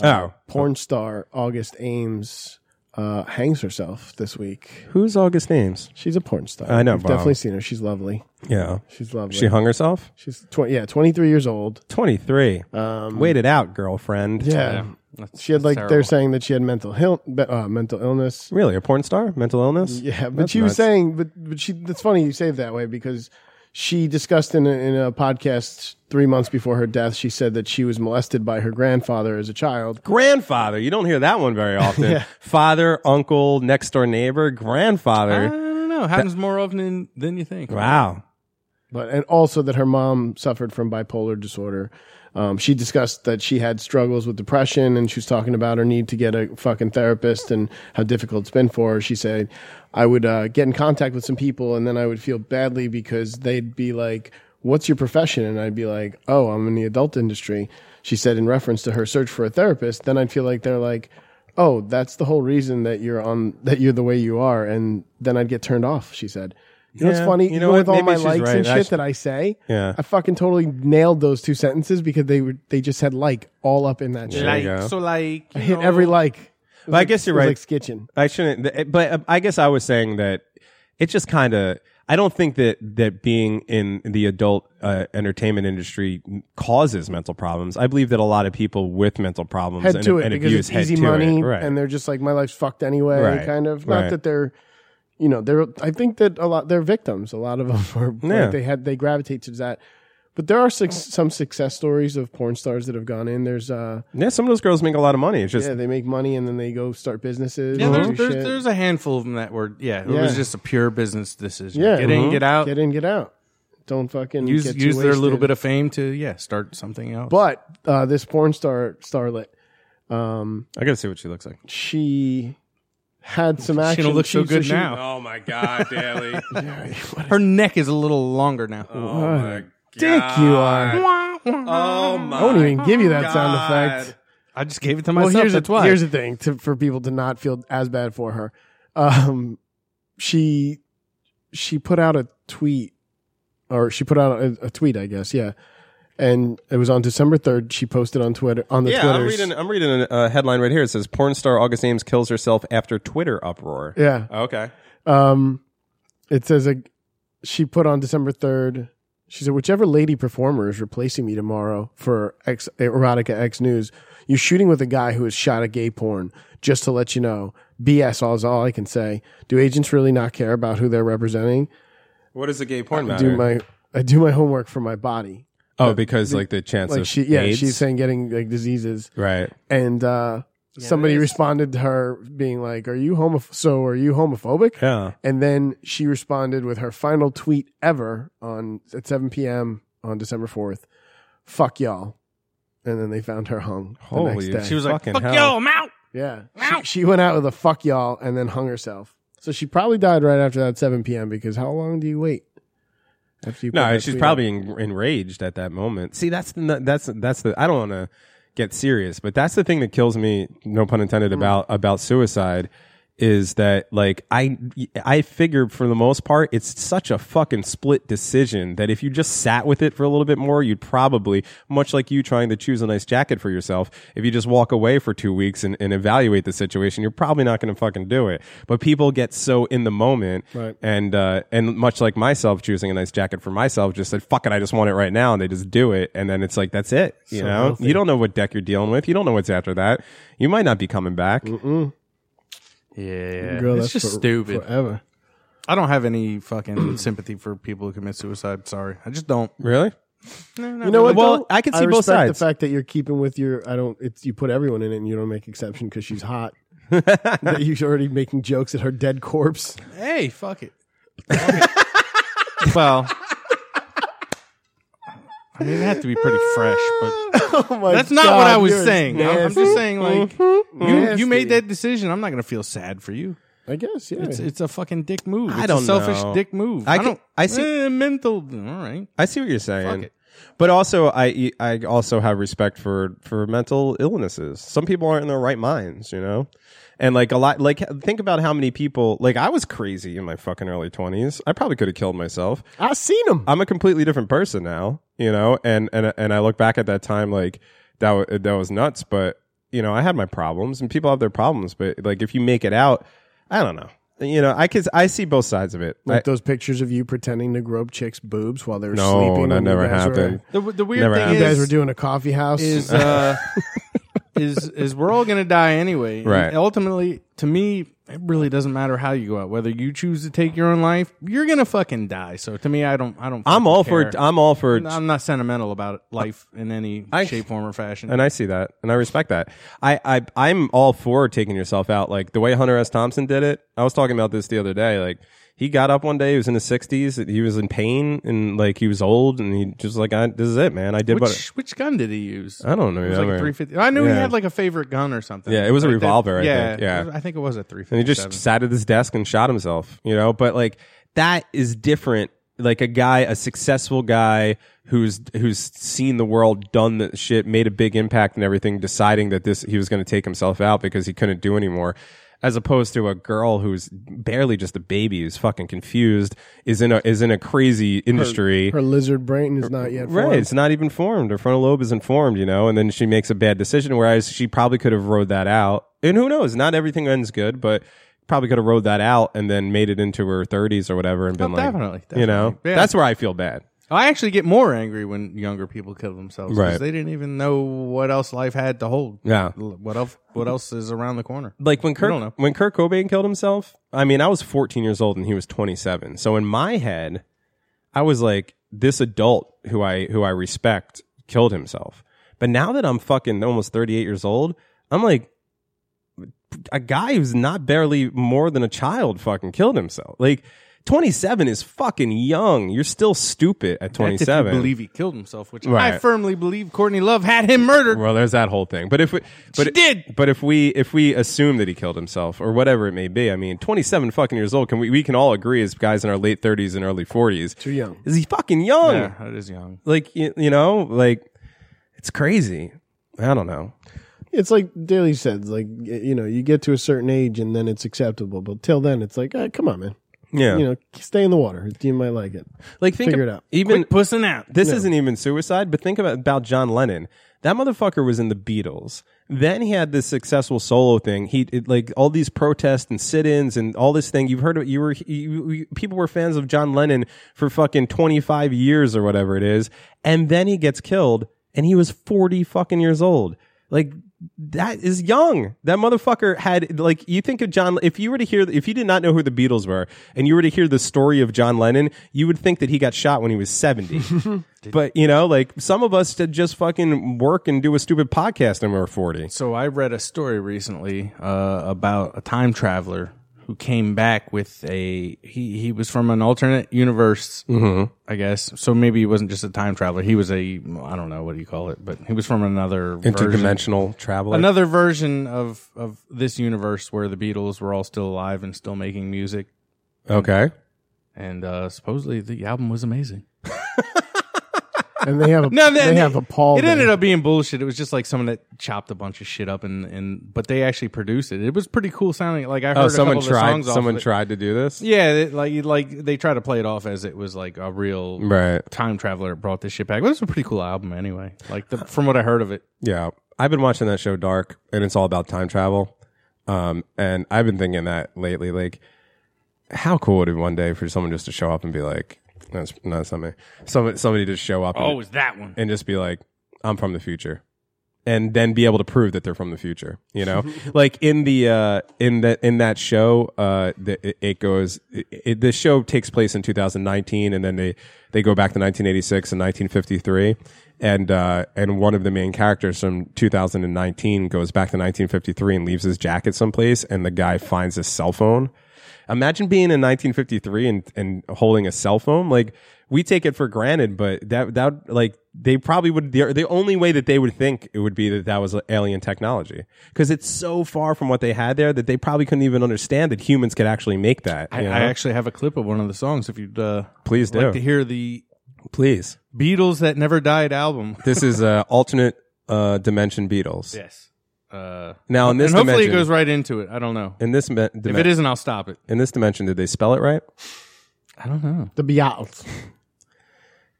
Oh, Porn star August Ames uh, hangs herself this week. who's August names? She's a porn star. I know, We've Bob. definitely seen her. She's lovely. Yeah, She's lovely. she hung herself. She's tw- yeah, 23 years old. Twenty three. Um, Wait it out, girlfriend. Yeah. That's- She had that's like terrible. they're saying that she had mental health, uh, mental illness. Really, a porn star? Mental illness? [laughs] Yeah, but That's she was nuts. saying, but but she. That's funny you say it that way because she discussed in a, in a podcast three months before her death. She said that she was molested by her grandfather as a child. grandfather. You don't hear that [laughs] one very often. Father, uncle, next door neighbor, I grandfather. don't know. Happens more often than, than you think. wow. but and also that her mom suffered from bipolar disorder. Um, she discussed that she had struggles with depression, and she was talking about her need to get a fucking therapist and how difficult it's been for her. She said, "I would uh, get in contact with some people, and then I would feel badly because they'd be like." What's your profession? And I'd be like, oh, I'm in the adult industry. She said, in reference to her search for a therapist. Then I'd feel like they're like, oh, that's the whole reason that you're on, that you're the way you are. And then I'd get turned off, she said. You know what's Yeah, funny? you You know know, with what? all Maybe my she's likes right. and I shit sh- that I say, Yeah. I fucking totally nailed those two sentences because they were they just had like all up in that shit. There Like you go. so, like I hit every like. It was I like- guess you're it was right. Like skitching. I shouldn't, th- but uh, I guess I was saying that it just kind of. I don't think that that being in the adult uh, entertainment industry causes mental problems. I believe that a lot of people with mental problems Head and, to it and because abuse it's head easy to money, it. Right. and they're just like my life's fucked anyway, Right. kind of. Not Right. that they're, you know, they're. I think that a lot they're victims. A lot of them [laughs] are. Yeah. Like, they had they gravitate to that. But there are suc some success stories of porn stars that have gone in. There's uh, yeah, some of those girls make a lot of money. It's just yeah, they make money and then they go start businesses. yeah, and there's, do there's, shit. there's a handful of them that were yeah, it was Yeah. just a pure business decision. Yeah. get in, get out, get in, get out. Don't fucking use get too use their little wasted. bit of fame to yeah, start something else. But uh, this porn star starlet, I gotta see what she looks like. she had some she action. don't look so good she- now. Oh my [laughs] god, Daly! Her neck is a little longer now. oh my Dick, you are. Oh my! I won't even give you Oh that sound effect. I just gave it to Well, myself. here's the that's why. here's the thing to, for people to not feel as bad for her. Um, she she put out a tweet, or she put out a, a tweet, I guess. Yeah, and it was on December third. She posted on Twitter on the Yeah, Twitter. I'm reading. I'm reading a uh, headline right here. It says porn star August Ames kills herself after Twitter uproar. Yeah, Okay. Um, it says a, she put on December third. She said, "Whichever lady performer is replacing me tomorrow for X, erotica X News, you're shooting with a guy who has shot a gay porn. Just to let you know, BS all is all I can say. Do agents really not care about who they're representing? What is a gay porn I Uh, do my I do my homework for my body. oh, because like the chance Like of she, yeah, AIDS? she's saying getting like diseases, right. and uh, somebody responded to her being like, "Are you homo? So are you homophobic? Yeah. And then she responded with her final tweet ever on at 7 p.m. on December 4th. Fuck y'all. And then they found her hung the next Holy, day. she was like, fucking hell. Yo, I'm out. yeah. She, she went out with a fuck y'all and then hung herself. So she probably died right after that 7 p.m. because how long do you wait? After you put No, that she's tweet probably en- enraged at that moment. See, that's the, that's that's the I don't want to get serious, but that's the thing that kills me, no pun intended about about suicide is that like I I figured for the most part it's such a fucking split decision that if you just sat with it for a little bit more, you'd probably much like you trying to choose a nice jacket for yourself, if you just walk away for 2 weeks and, and evaluate the situation, you're probably not going to fucking do it. But people get so in the moment Right. and uh, and much like myself choosing a nice jacket for myself, just said fuck it, I just want it right now, and they just do it, and then it's like that's it. You So know, healthy. you don't know what deck you're dealing with. You don't know what's after that. You might not be coming back. Mm. yeah, out. Girl, it's that's just for- stupid. Forever. I don't have any fucking [clears throat] sympathy for people who commit suicide. Sorry, I just don't. Really? You know what? Well, though? I can see both respect sides. The fact that you're keeping with your, I don't. It's you put everyone in it, and you don't make exception because [laughs] she's hot. that you're already making jokes at her dead corpse. Hey, fuck it. well, I mean, it had to be pretty fresh, but Oh [laughs] my that's not what God, I was you're saying. I'm- I'm nasty. just saying, like, you, Nasty. you made that decision. I'm not going to feel sad for you. I guess, yeah. It's it's a fucking dick move. I It's don't a selfish know. dick move. I I, can- don't. I see- eh, mental. All right. I see what you're saying. Fuck it. But also, I e, I also have respect for for mental illnesses. Some people aren't in their right minds, you know. And like a lot, like think about how many people. Like I was crazy in my fucking early twenties. I probably could have killed myself. I seen him. I'm a completely different person now, you know. And and and I look back at that time like that wa- that was nuts. But you know, I had my problems, and people have their problems. But like if you make it out, I don't know. You know, I could I see both sides of it. Like I- those pictures of you pretending to grope chicks' boobs while they were no, that sleeping. when you never guys were- happened. The, the weird Never thing happened. you guys is, were doing a coffee [laughs] house. is uh, is is we're all gonna die anyway. And Right. ultimately, to me, it really doesn't matter how you go out. Whether you choose to take your own life, you're gonna fucking die. So to me, I don't. I don't. I'm fucking all care. for I'm all for I'm not sentimental about it- life in any I- shape, form, or fashion. and I see that, and I respect that. I, I I'm all for taking yourself out, like the way Hunter S. Thompson did it. I was talking about this the other day. Like he got up one day, he was in his 60s, he was in pain, and like he was old, and he just like, I, this is it, man. I did what. which which gun did he use? I don't know. It was like Yeah, a right. 350. I knew he Yeah. had like a favorite gun or something. Yeah, it was a But revolver, I yeah, think. Yeah. it was- I think it was a 350. and he just sat at his desk and shot himself you know but like that is different like a guy a successful guy who's who's seen the world done the shit made a big impact and everything deciding that this he was going to take himself out because he couldn't do anymore as opposed to a girl who's barely just a baby who's fucking confused is in a is in a crazy industry her lizard brain is not yet Right, formed. it's not even formed. Her frontal lobe isn't formed, you know, and then she makes a bad decision. Whereas she probably could have rode that out. And who knows? Not everything ends good, but probably could have rode that out and then made it into her 30s or whatever, and been Oh, like, definitely, you know, definitely. Yeah. that's where I feel bad. I actually get more angry when younger people kill themselves because Right. they didn't even know what else life had to hold. Yeah. L- what else? What else is around the corner? Like when don't know. Kirk when Kurt Cobain killed himself. I mean, I was 14 years old and he was 27. So in my head, I was like, this adult who I who I respect killed himself. But now that I'm fucking almost 38 years old, I'm like, a guy who's not barely more than a child fucking killed himself. Like 27 is fucking young. You're still stupid at That's if you 27. believe he killed himself, which I Right. firmly believe Courtney Love had him murdered. well, there's that whole thing. But if we, but She did. But if we if we assume that he killed himself or whatever it may be, I mean, 27 fucking years old. Can we we can all agree as guys in our late 30s and early 40s? Too young. Is he fucking young? Yeah, that is young. Like you, you know, like it's crazy. I don't know. It's like Daly said, like y- you know, you get to a certain age and then it's acceptable, but till then, it's like, ah, come on, man, Yeah, you know, stay in the water. You might like it. like think figure ab- it out. Even Quick pussing out. This isn't even suicide, but think about, about John Lennon. That motherfucker was in the Beatles. Then he had this successful solo thing. He it, like all these protests and sit-ins and all this thing. You've heard of you were you, you- people were fans of John Lennon for fucking 25 years or whatever it is. And then he gets killed and he was 40 fucking years old. Like that is young. That motherfucker had like you think of John. If you were to hear, if you did not know who the Beatles were, and you were to hear the story of John Lennon, you would think that he got shot when he was seventy. but you know, like some of us did just fucking work and do a stupid podcast when we were forty. So I read a story recently uh, about a time traveler who came back with a he he was from an alternate universe, Mm-hmm. I guess. So maybe he wasn't just a time traveler. He was a I don't know what do you call it, but he was from another version- Interdimensional traveler. another version of of this universe where the Beatles were all still alive and still making music, okay. and uh, supposedly the album was amazing. And they [laughs] have a, No, they, have a Paul. It there. ended up being bullshit. It was just like someone that chopped a bunch of shit up and and but they actually produced it. It was pretty cool sounding. Like I heard Oh, a someone couple of the tried. songs off Someone of it. tried to do this. Yeah, it, like like they try to play it off as it was like a real Right. time traveler brought this shit back. But it was a pretty cool album anyway. Like the, from what I heard of it, Yeah. I've been watching that show Dark and it's all about time travel. Um, and I've been thinking that lately, like, how cool would it be one day for someone just to show up and be like, that's no, that's not me. Somebody, somebody just show up and, Oh, that one? and just be like, I'm from the future. And then be able to prove that they're from the future, you [laughs] [laughs] know, like in the uh, in that in that show, uh, the, it, it goes. It, it, the show takes place in 2019, and then they they go back to 1986 and 1953, and uh, and one of the main characters from 2019 goes back to 1953 and leaves his jacket someplace, and the guy finds his cell phone Imagine being in 1953 and, and holding a cell phone. Like we take it for granted, but that that like they probably would. The, the only way that they would think it would be that that was alien technology because it's so far from what they had there that they probably couldn't even understand that humans could actually make that. I, you know? I actually have a clip of one of the songs. If you'd uh, Please do. like to hear the Please, Beatles that never died album. this is uh, alternate uh, dimension Beatles. Yes. Uh, Now in this and hopefully dimension, it goes right into it. I don't know. in this me- If dimen- it isn't, I'll stop it. in this dimension, did they spell it right? I don't know. The Beatles.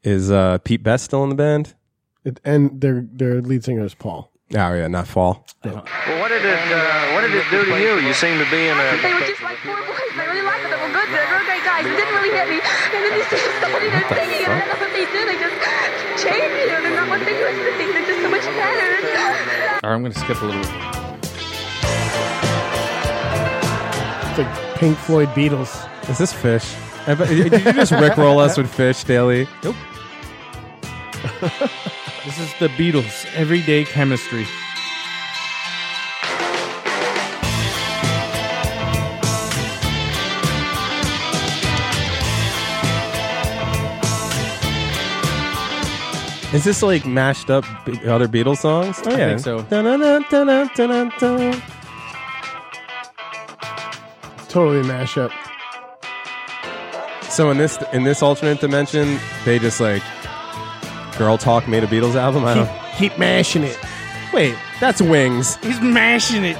Is uh, Pete Best still in the band? It, and their their lead singer is Paul. Oh yeah, not fall. Well, what did it? Uh, what did it do to you? You seem to be in a. They were just like four boys. I really liked them. [laughs] They were good. They were great guys. It didn't really hit me. And then these people started you know, singing, and I don't know what they did. They just changed it. And not one thing was missing. They're just so much better. All right, I'm going to skip a little bit. It's like Pink Floyd Beatles. Is this fish? Have- Did you [laughs] just rickroll us with fish daily? Nope. This is the Beatles, Everyday Chemistry. Is this like mashed up b- other Beatles songs? Oh yeah, think so. Dun-dun-dun, dun-dun, dun-dun, dun. Totally a mashup. So in this in this alternate dimension, they just like girl talk made a Beatles album. I don't. Keep mashing it. Wait, that's Wings. He's mashing it.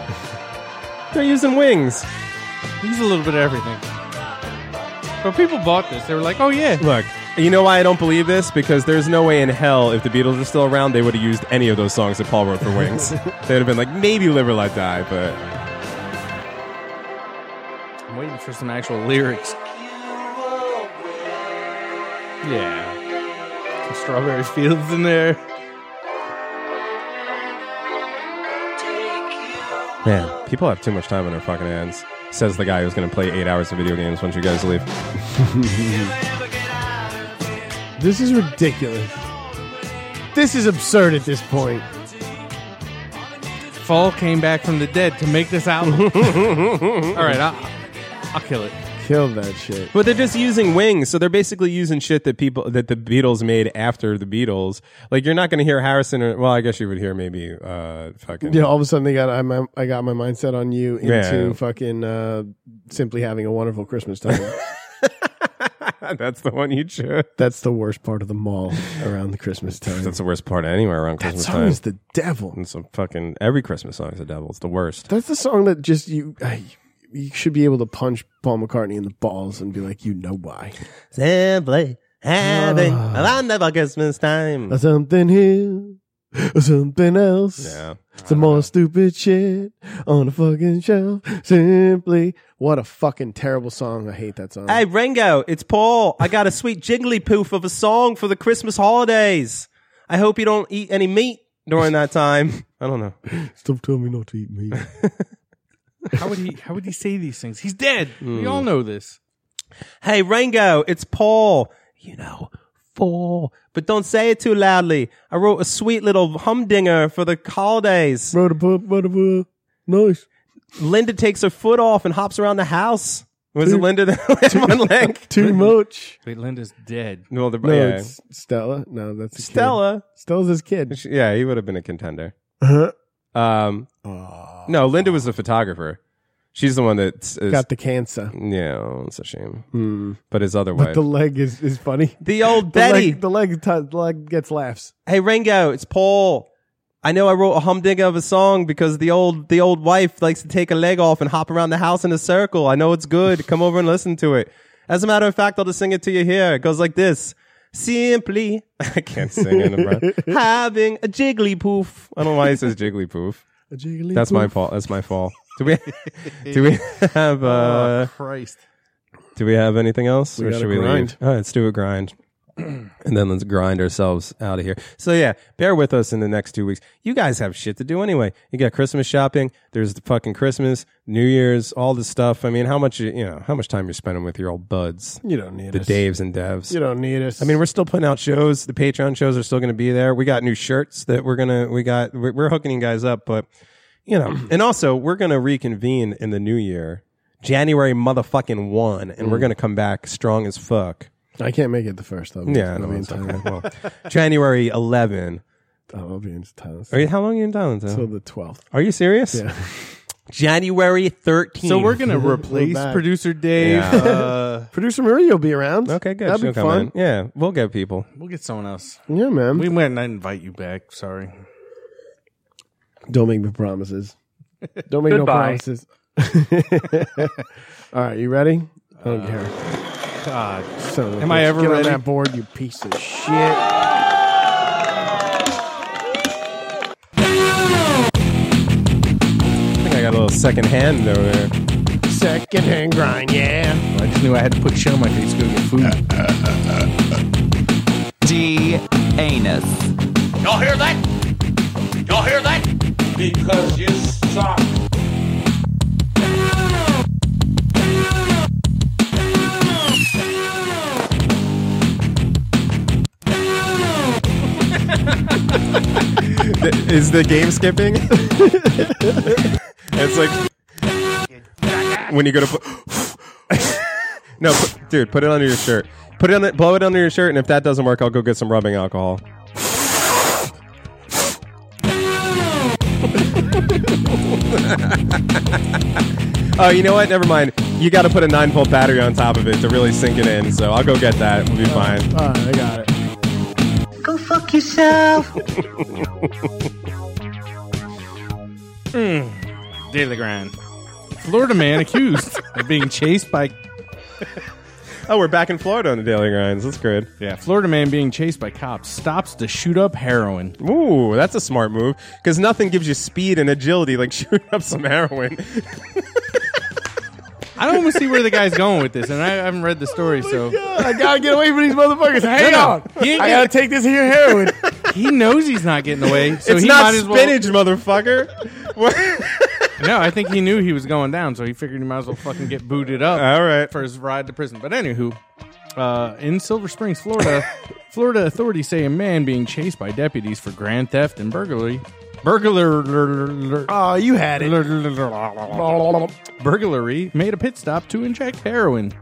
They're using Wings. He's a little bit of everything. But people bought this. They were like, oh, yeah. Look, you know why I don't believe this? Because there's no way in hell if the Beatles were still around, they would have used any of those songs that Paul wrote for [laughs] Wings. They'd have been like, maybe Live or Let Die, but I'm waiting for some actual lyrics. Yeah. Some strawberry [laughs] fields in there. Man, people have too much time on their fucking hands. Says the guy who's going to play eight hours of video games once you guys leave. This is ridiculous. This is absurd at this point. Fall came back from the dead to make this album. All right, I'll, I'll kill it. Kill that shit. But they're just using wings, so they're basically using shit that people that the Beatles made after the Beatles. Like you're not going to hear Harrison. Or, well, I guess you would hear maybe uh, fucking. Yeah, all of a sudden they got I'm, I'm- I got my mindset on you into Yeah. fucking uh, simply having a wonderful [laughs] Christmas time. that's the one you chose. That's the worst part of the mall around the Christmas time. That's the worst part anywhere around that Christmas song time. is the devil. It's a fucking every Christmas song is the devil. It's the worst. That's the song that just you I, you should be able to punch Paul McCartney in the balls and be like, you know why? Ah. Simply having a wonderful Christmas time. Something here, something else. Yeah. Some more stupid shit on the fucking shelf. Simply, what a fucking terrible song. I hate that song. Hey Ringo, it's Paul. I got a sweet jiggly poof of a song for the Christmas holidays. I hope you don't eat any meat during that time. I don't know. Stop telling me not to eat [laughs] meat. How would he? How would he say these things? He's dead. We all know this. Hey Ringo, it's Paul. You know, Paul. But don't say it too loudly. I wrote a sweet little humdinger for the holidays. Brother, pup, brother, pup. Nice. Linda takes her foot off and hops around the house. Was it Linda that one leg? [laughs] Too much. Wait, Linda's dead. Well, the, No, Oh, yeah. it's Stella. No, that's a kid. Stella. Stella's his kid. She- Yeah, he would have been a contender. Uh-huh. Um, no, Linda was the photographer. She's the one that is, Got the cancer. yeah, oh, it's a shame. But his other wife, But the the, leg is, is funny. old The Betty. leg, the leg, t- the leg gets laughs. hey, Ringo, it's Paul. I know I wrote a humdinger of a song because the old the old wife likes to take a leg off and hop around the house in a circle. I know it's good. Come over and listen to it. As a matter of fact, I'll just sing it to you here. It goes like this. Simply, [laughs] I can't sing in [laughs] a breath. Having a jiggly poof. I don't know why he says jiggly poof. A jiggly That's my poof. fault. That's my fault. Do we [laughs] do we [laughs] have uh, Christ. do we have anything else Oh, We or gotta should we grind. leave? All right, let's do a grind. and then let's grind ourselves out of here. So yeah, bear with us in the next 2 weeks. You guys have shit to do anyway. You got Christmas shopping, there's the fucking Christmas, New Year's, all this stuff. I mean, how much you know, how much time you're spending with your old buds, You don't need the us. Daves and Devs. You don't need us. I mean, we're still putting out shows. The Patreon shows are still going to be there. We got new shirts that we're gonna we got [clears throat] we're, we're hooking you guys up, but you know, and also we're gonna reconvene in the new year January motherfucking one, and Mm. we're gonna come back strong as fuck. [laughs] I can't make it the first. I'll be, Yeah, I'll no, be in it's Thailand. okay. well, January eleven. I'll be in Thailand Are you, how long are you in Thailand? Tom? until the twelfth. Are you serious? Yeah. [laughs] January 13th. So we're gonna replace back. producer Dave. Yeah. Uh, Producer Maria will be around. Okay, good. That'd She'll be come fun. in. Yeah, we'll get people. we'll get someone else. Yeah, man. We might not invite you back. Sorry. Don't make me promises. Don't make no Goodbye. promises. [laughs] All right, you ready? I don't care. Uh, God, Son of a am I bitch. ever Get ready? on that board, you piece of shit? I think I got a little second hand over there. Second hand grind, yeah. I just knew I had to put shit on my face to go get food. D. Anus. Y'all hear that? Y'all hear that? Because you suck. Is the game skipping? it's like when you go to put. no, put, dude, put it under your shirt. Put it on the, blow it under your shirt, and if that doesn't work, I'll go get some rubbing alcohol. Oh, you know what? Never mind. You got to put a nine volt battery on top of it to really sink it in. So I'll go get that. We'll be fine. All right, I got it. Daily grind. Florida man accused of being chased by Oh, we're back in Florida on the daily grinds. That's good. yeah Florida man being chased by cops stops to shoot up heroin. Ooh, that's a smart move because nothing gives you speed and agility like [laughs] shooting up some heroin. I don't want to see where the guy's going with this, and I haven't read the story, Oh so I gotta get away from these motherfuckers. No, Hang no. on. He ain't I gonna- gotta take this here heroin. he knows he's not getting [laughs] away. So it's he not might as well. spinach, motherfucker. What? No, I think he knew he was going down, so he figured he might as well fucking get booted up All right. for his ride to prison. But anywho, uh, in Silver [laughs] Springs, Florida, Florida authorities say a man being chased by deputies for grand theft and burglary, burglar, Oh, you had it. burglary made a pit stop to inject heroin.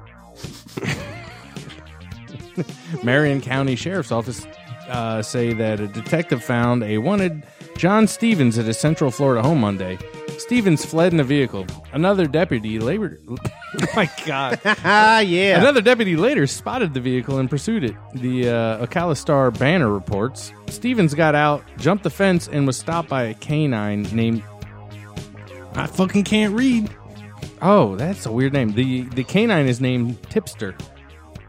Marion County Sheriff's Office uh, say that a detective found a wanted John Stevens at his Central Florida home Monday. Stevens fled in a vehicle. Another deputy labored. [laughs] Oh my God. Ah, yeah. Another deputy later spotted the vehicle and pursued it. The uh, Ocala Star Banner reports Stevens got out, jumped the fence, and was stopped by a canine named. I fucking can't read. Oh, that's a weird name. The the canine is named Tipster.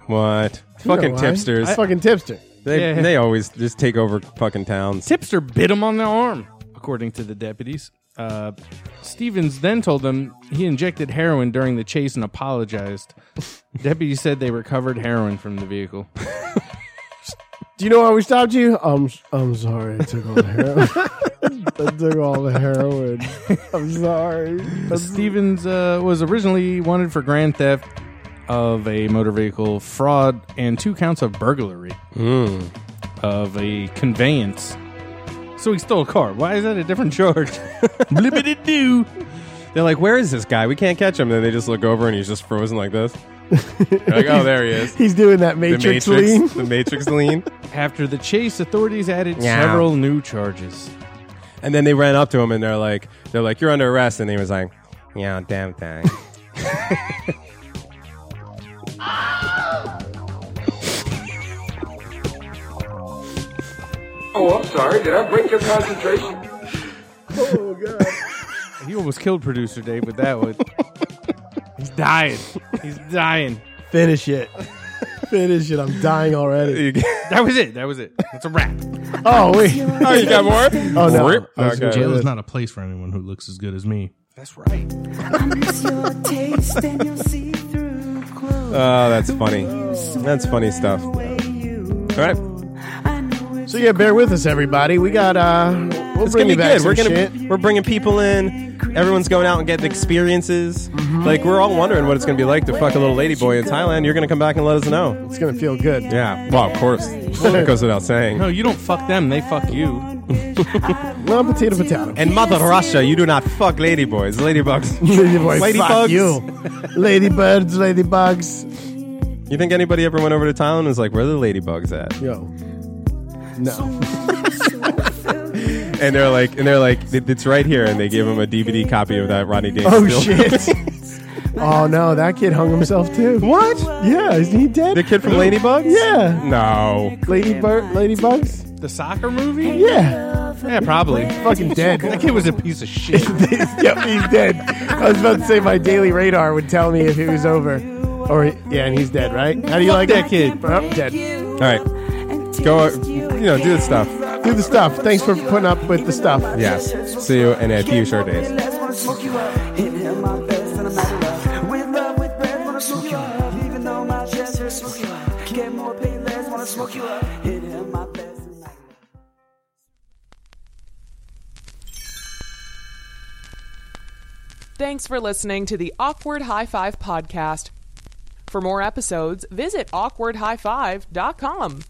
What? You Fucking know why? tipsters. I- fucking tipster. they, Yeah. they always just take over fucking towns. Tipster bit him on the arm, according to the deputies. Uh, Stevens then told them he injected heroin during the chase and [laughs] apologized. deputies said they recovered heroin from the vehicle. Do you know why we stopped you? I'm I'm sorry. I took all the [laughs] heroin. I took all the heroin. I'm sorry. Stevens uh, was originally wanted for grand theft of a motor vehicle, fraud, and two counts of burglary of a conveyance. So he stole a car. Why is that a different charge? Blippity do. They're like, where is this guy? We can't catch him. Then they just look over and he's just frozen like this. They're like, oh, there he is. He's doing that The [laughs] Matrix, Matrix, lean. the Matrix lean. After the chase, authorities added Yeah. several new charges. And then they ran up to him and they're like, they're like, you're under arrest. And he was like, yeah, damn thing. [laughs] Oh, I'm sorry. Did I break your concentration? He almost killed producer Dave with that one. He's dying. He's dying. Finish it. Finish it. I'm dying already. [laughs] you That was it. That was it. That's a wrap. Oh wait. oh, you got more? Oh no. Rip. I was gonna Okay. do this. not a place for anyone who looks as good as me. That's right. Oh, that's funny. That's funny stuff. All right. So yeah, bear with us, everybody. We got uh, We'll it's bring gonna be you back good. We're some gonna shit. we're bringing people in. Everyone's going out and getting experiences. Mm-hmm. Like we're all wondering what it's gonna be like to fuck a little lady boy in Thailand. You're gonna come back and let us know. It's gonna feel good. Yeah. Well, of course. It goes without saying. No, you don't fuck them. They fuck you. No potato potato. [laughs] And Mother Russia, you do not fuck ladyboys, ladybugs. Ladyboy, Ladybugs. fuck you. Ladybirds, ladybugs. you think anybody ever went over to Thailand and was like, where are the ladybugs at? Yo. No. And they're like, and they're like, "It- it's right here. And they give him a DVD copy of that Ronnie James. Oh film. shit. [laughs] oh no, that kid hung himself too. What? Yeah, is he dead? The kid from Ladybugs? Yeah. No. Ladybird, ladybugs. The soccer movie? Yeah. Yeah, probably. Fucking dead. That kid was a piece of shit. [laughs] yep, he's dead. I was about to say my daily radar would tell me if he was over. Or yeah, and he's dead, right? How do you like that him? kid. Oh, dead. All right. Go, you know, do the stuff. Do the stuff. Thanks for putting up with the stuff. Yes. See you in a few short days. Thanks for listening to the Awkward High Five podcast. For more episodes, visit awkwardhighfive.com.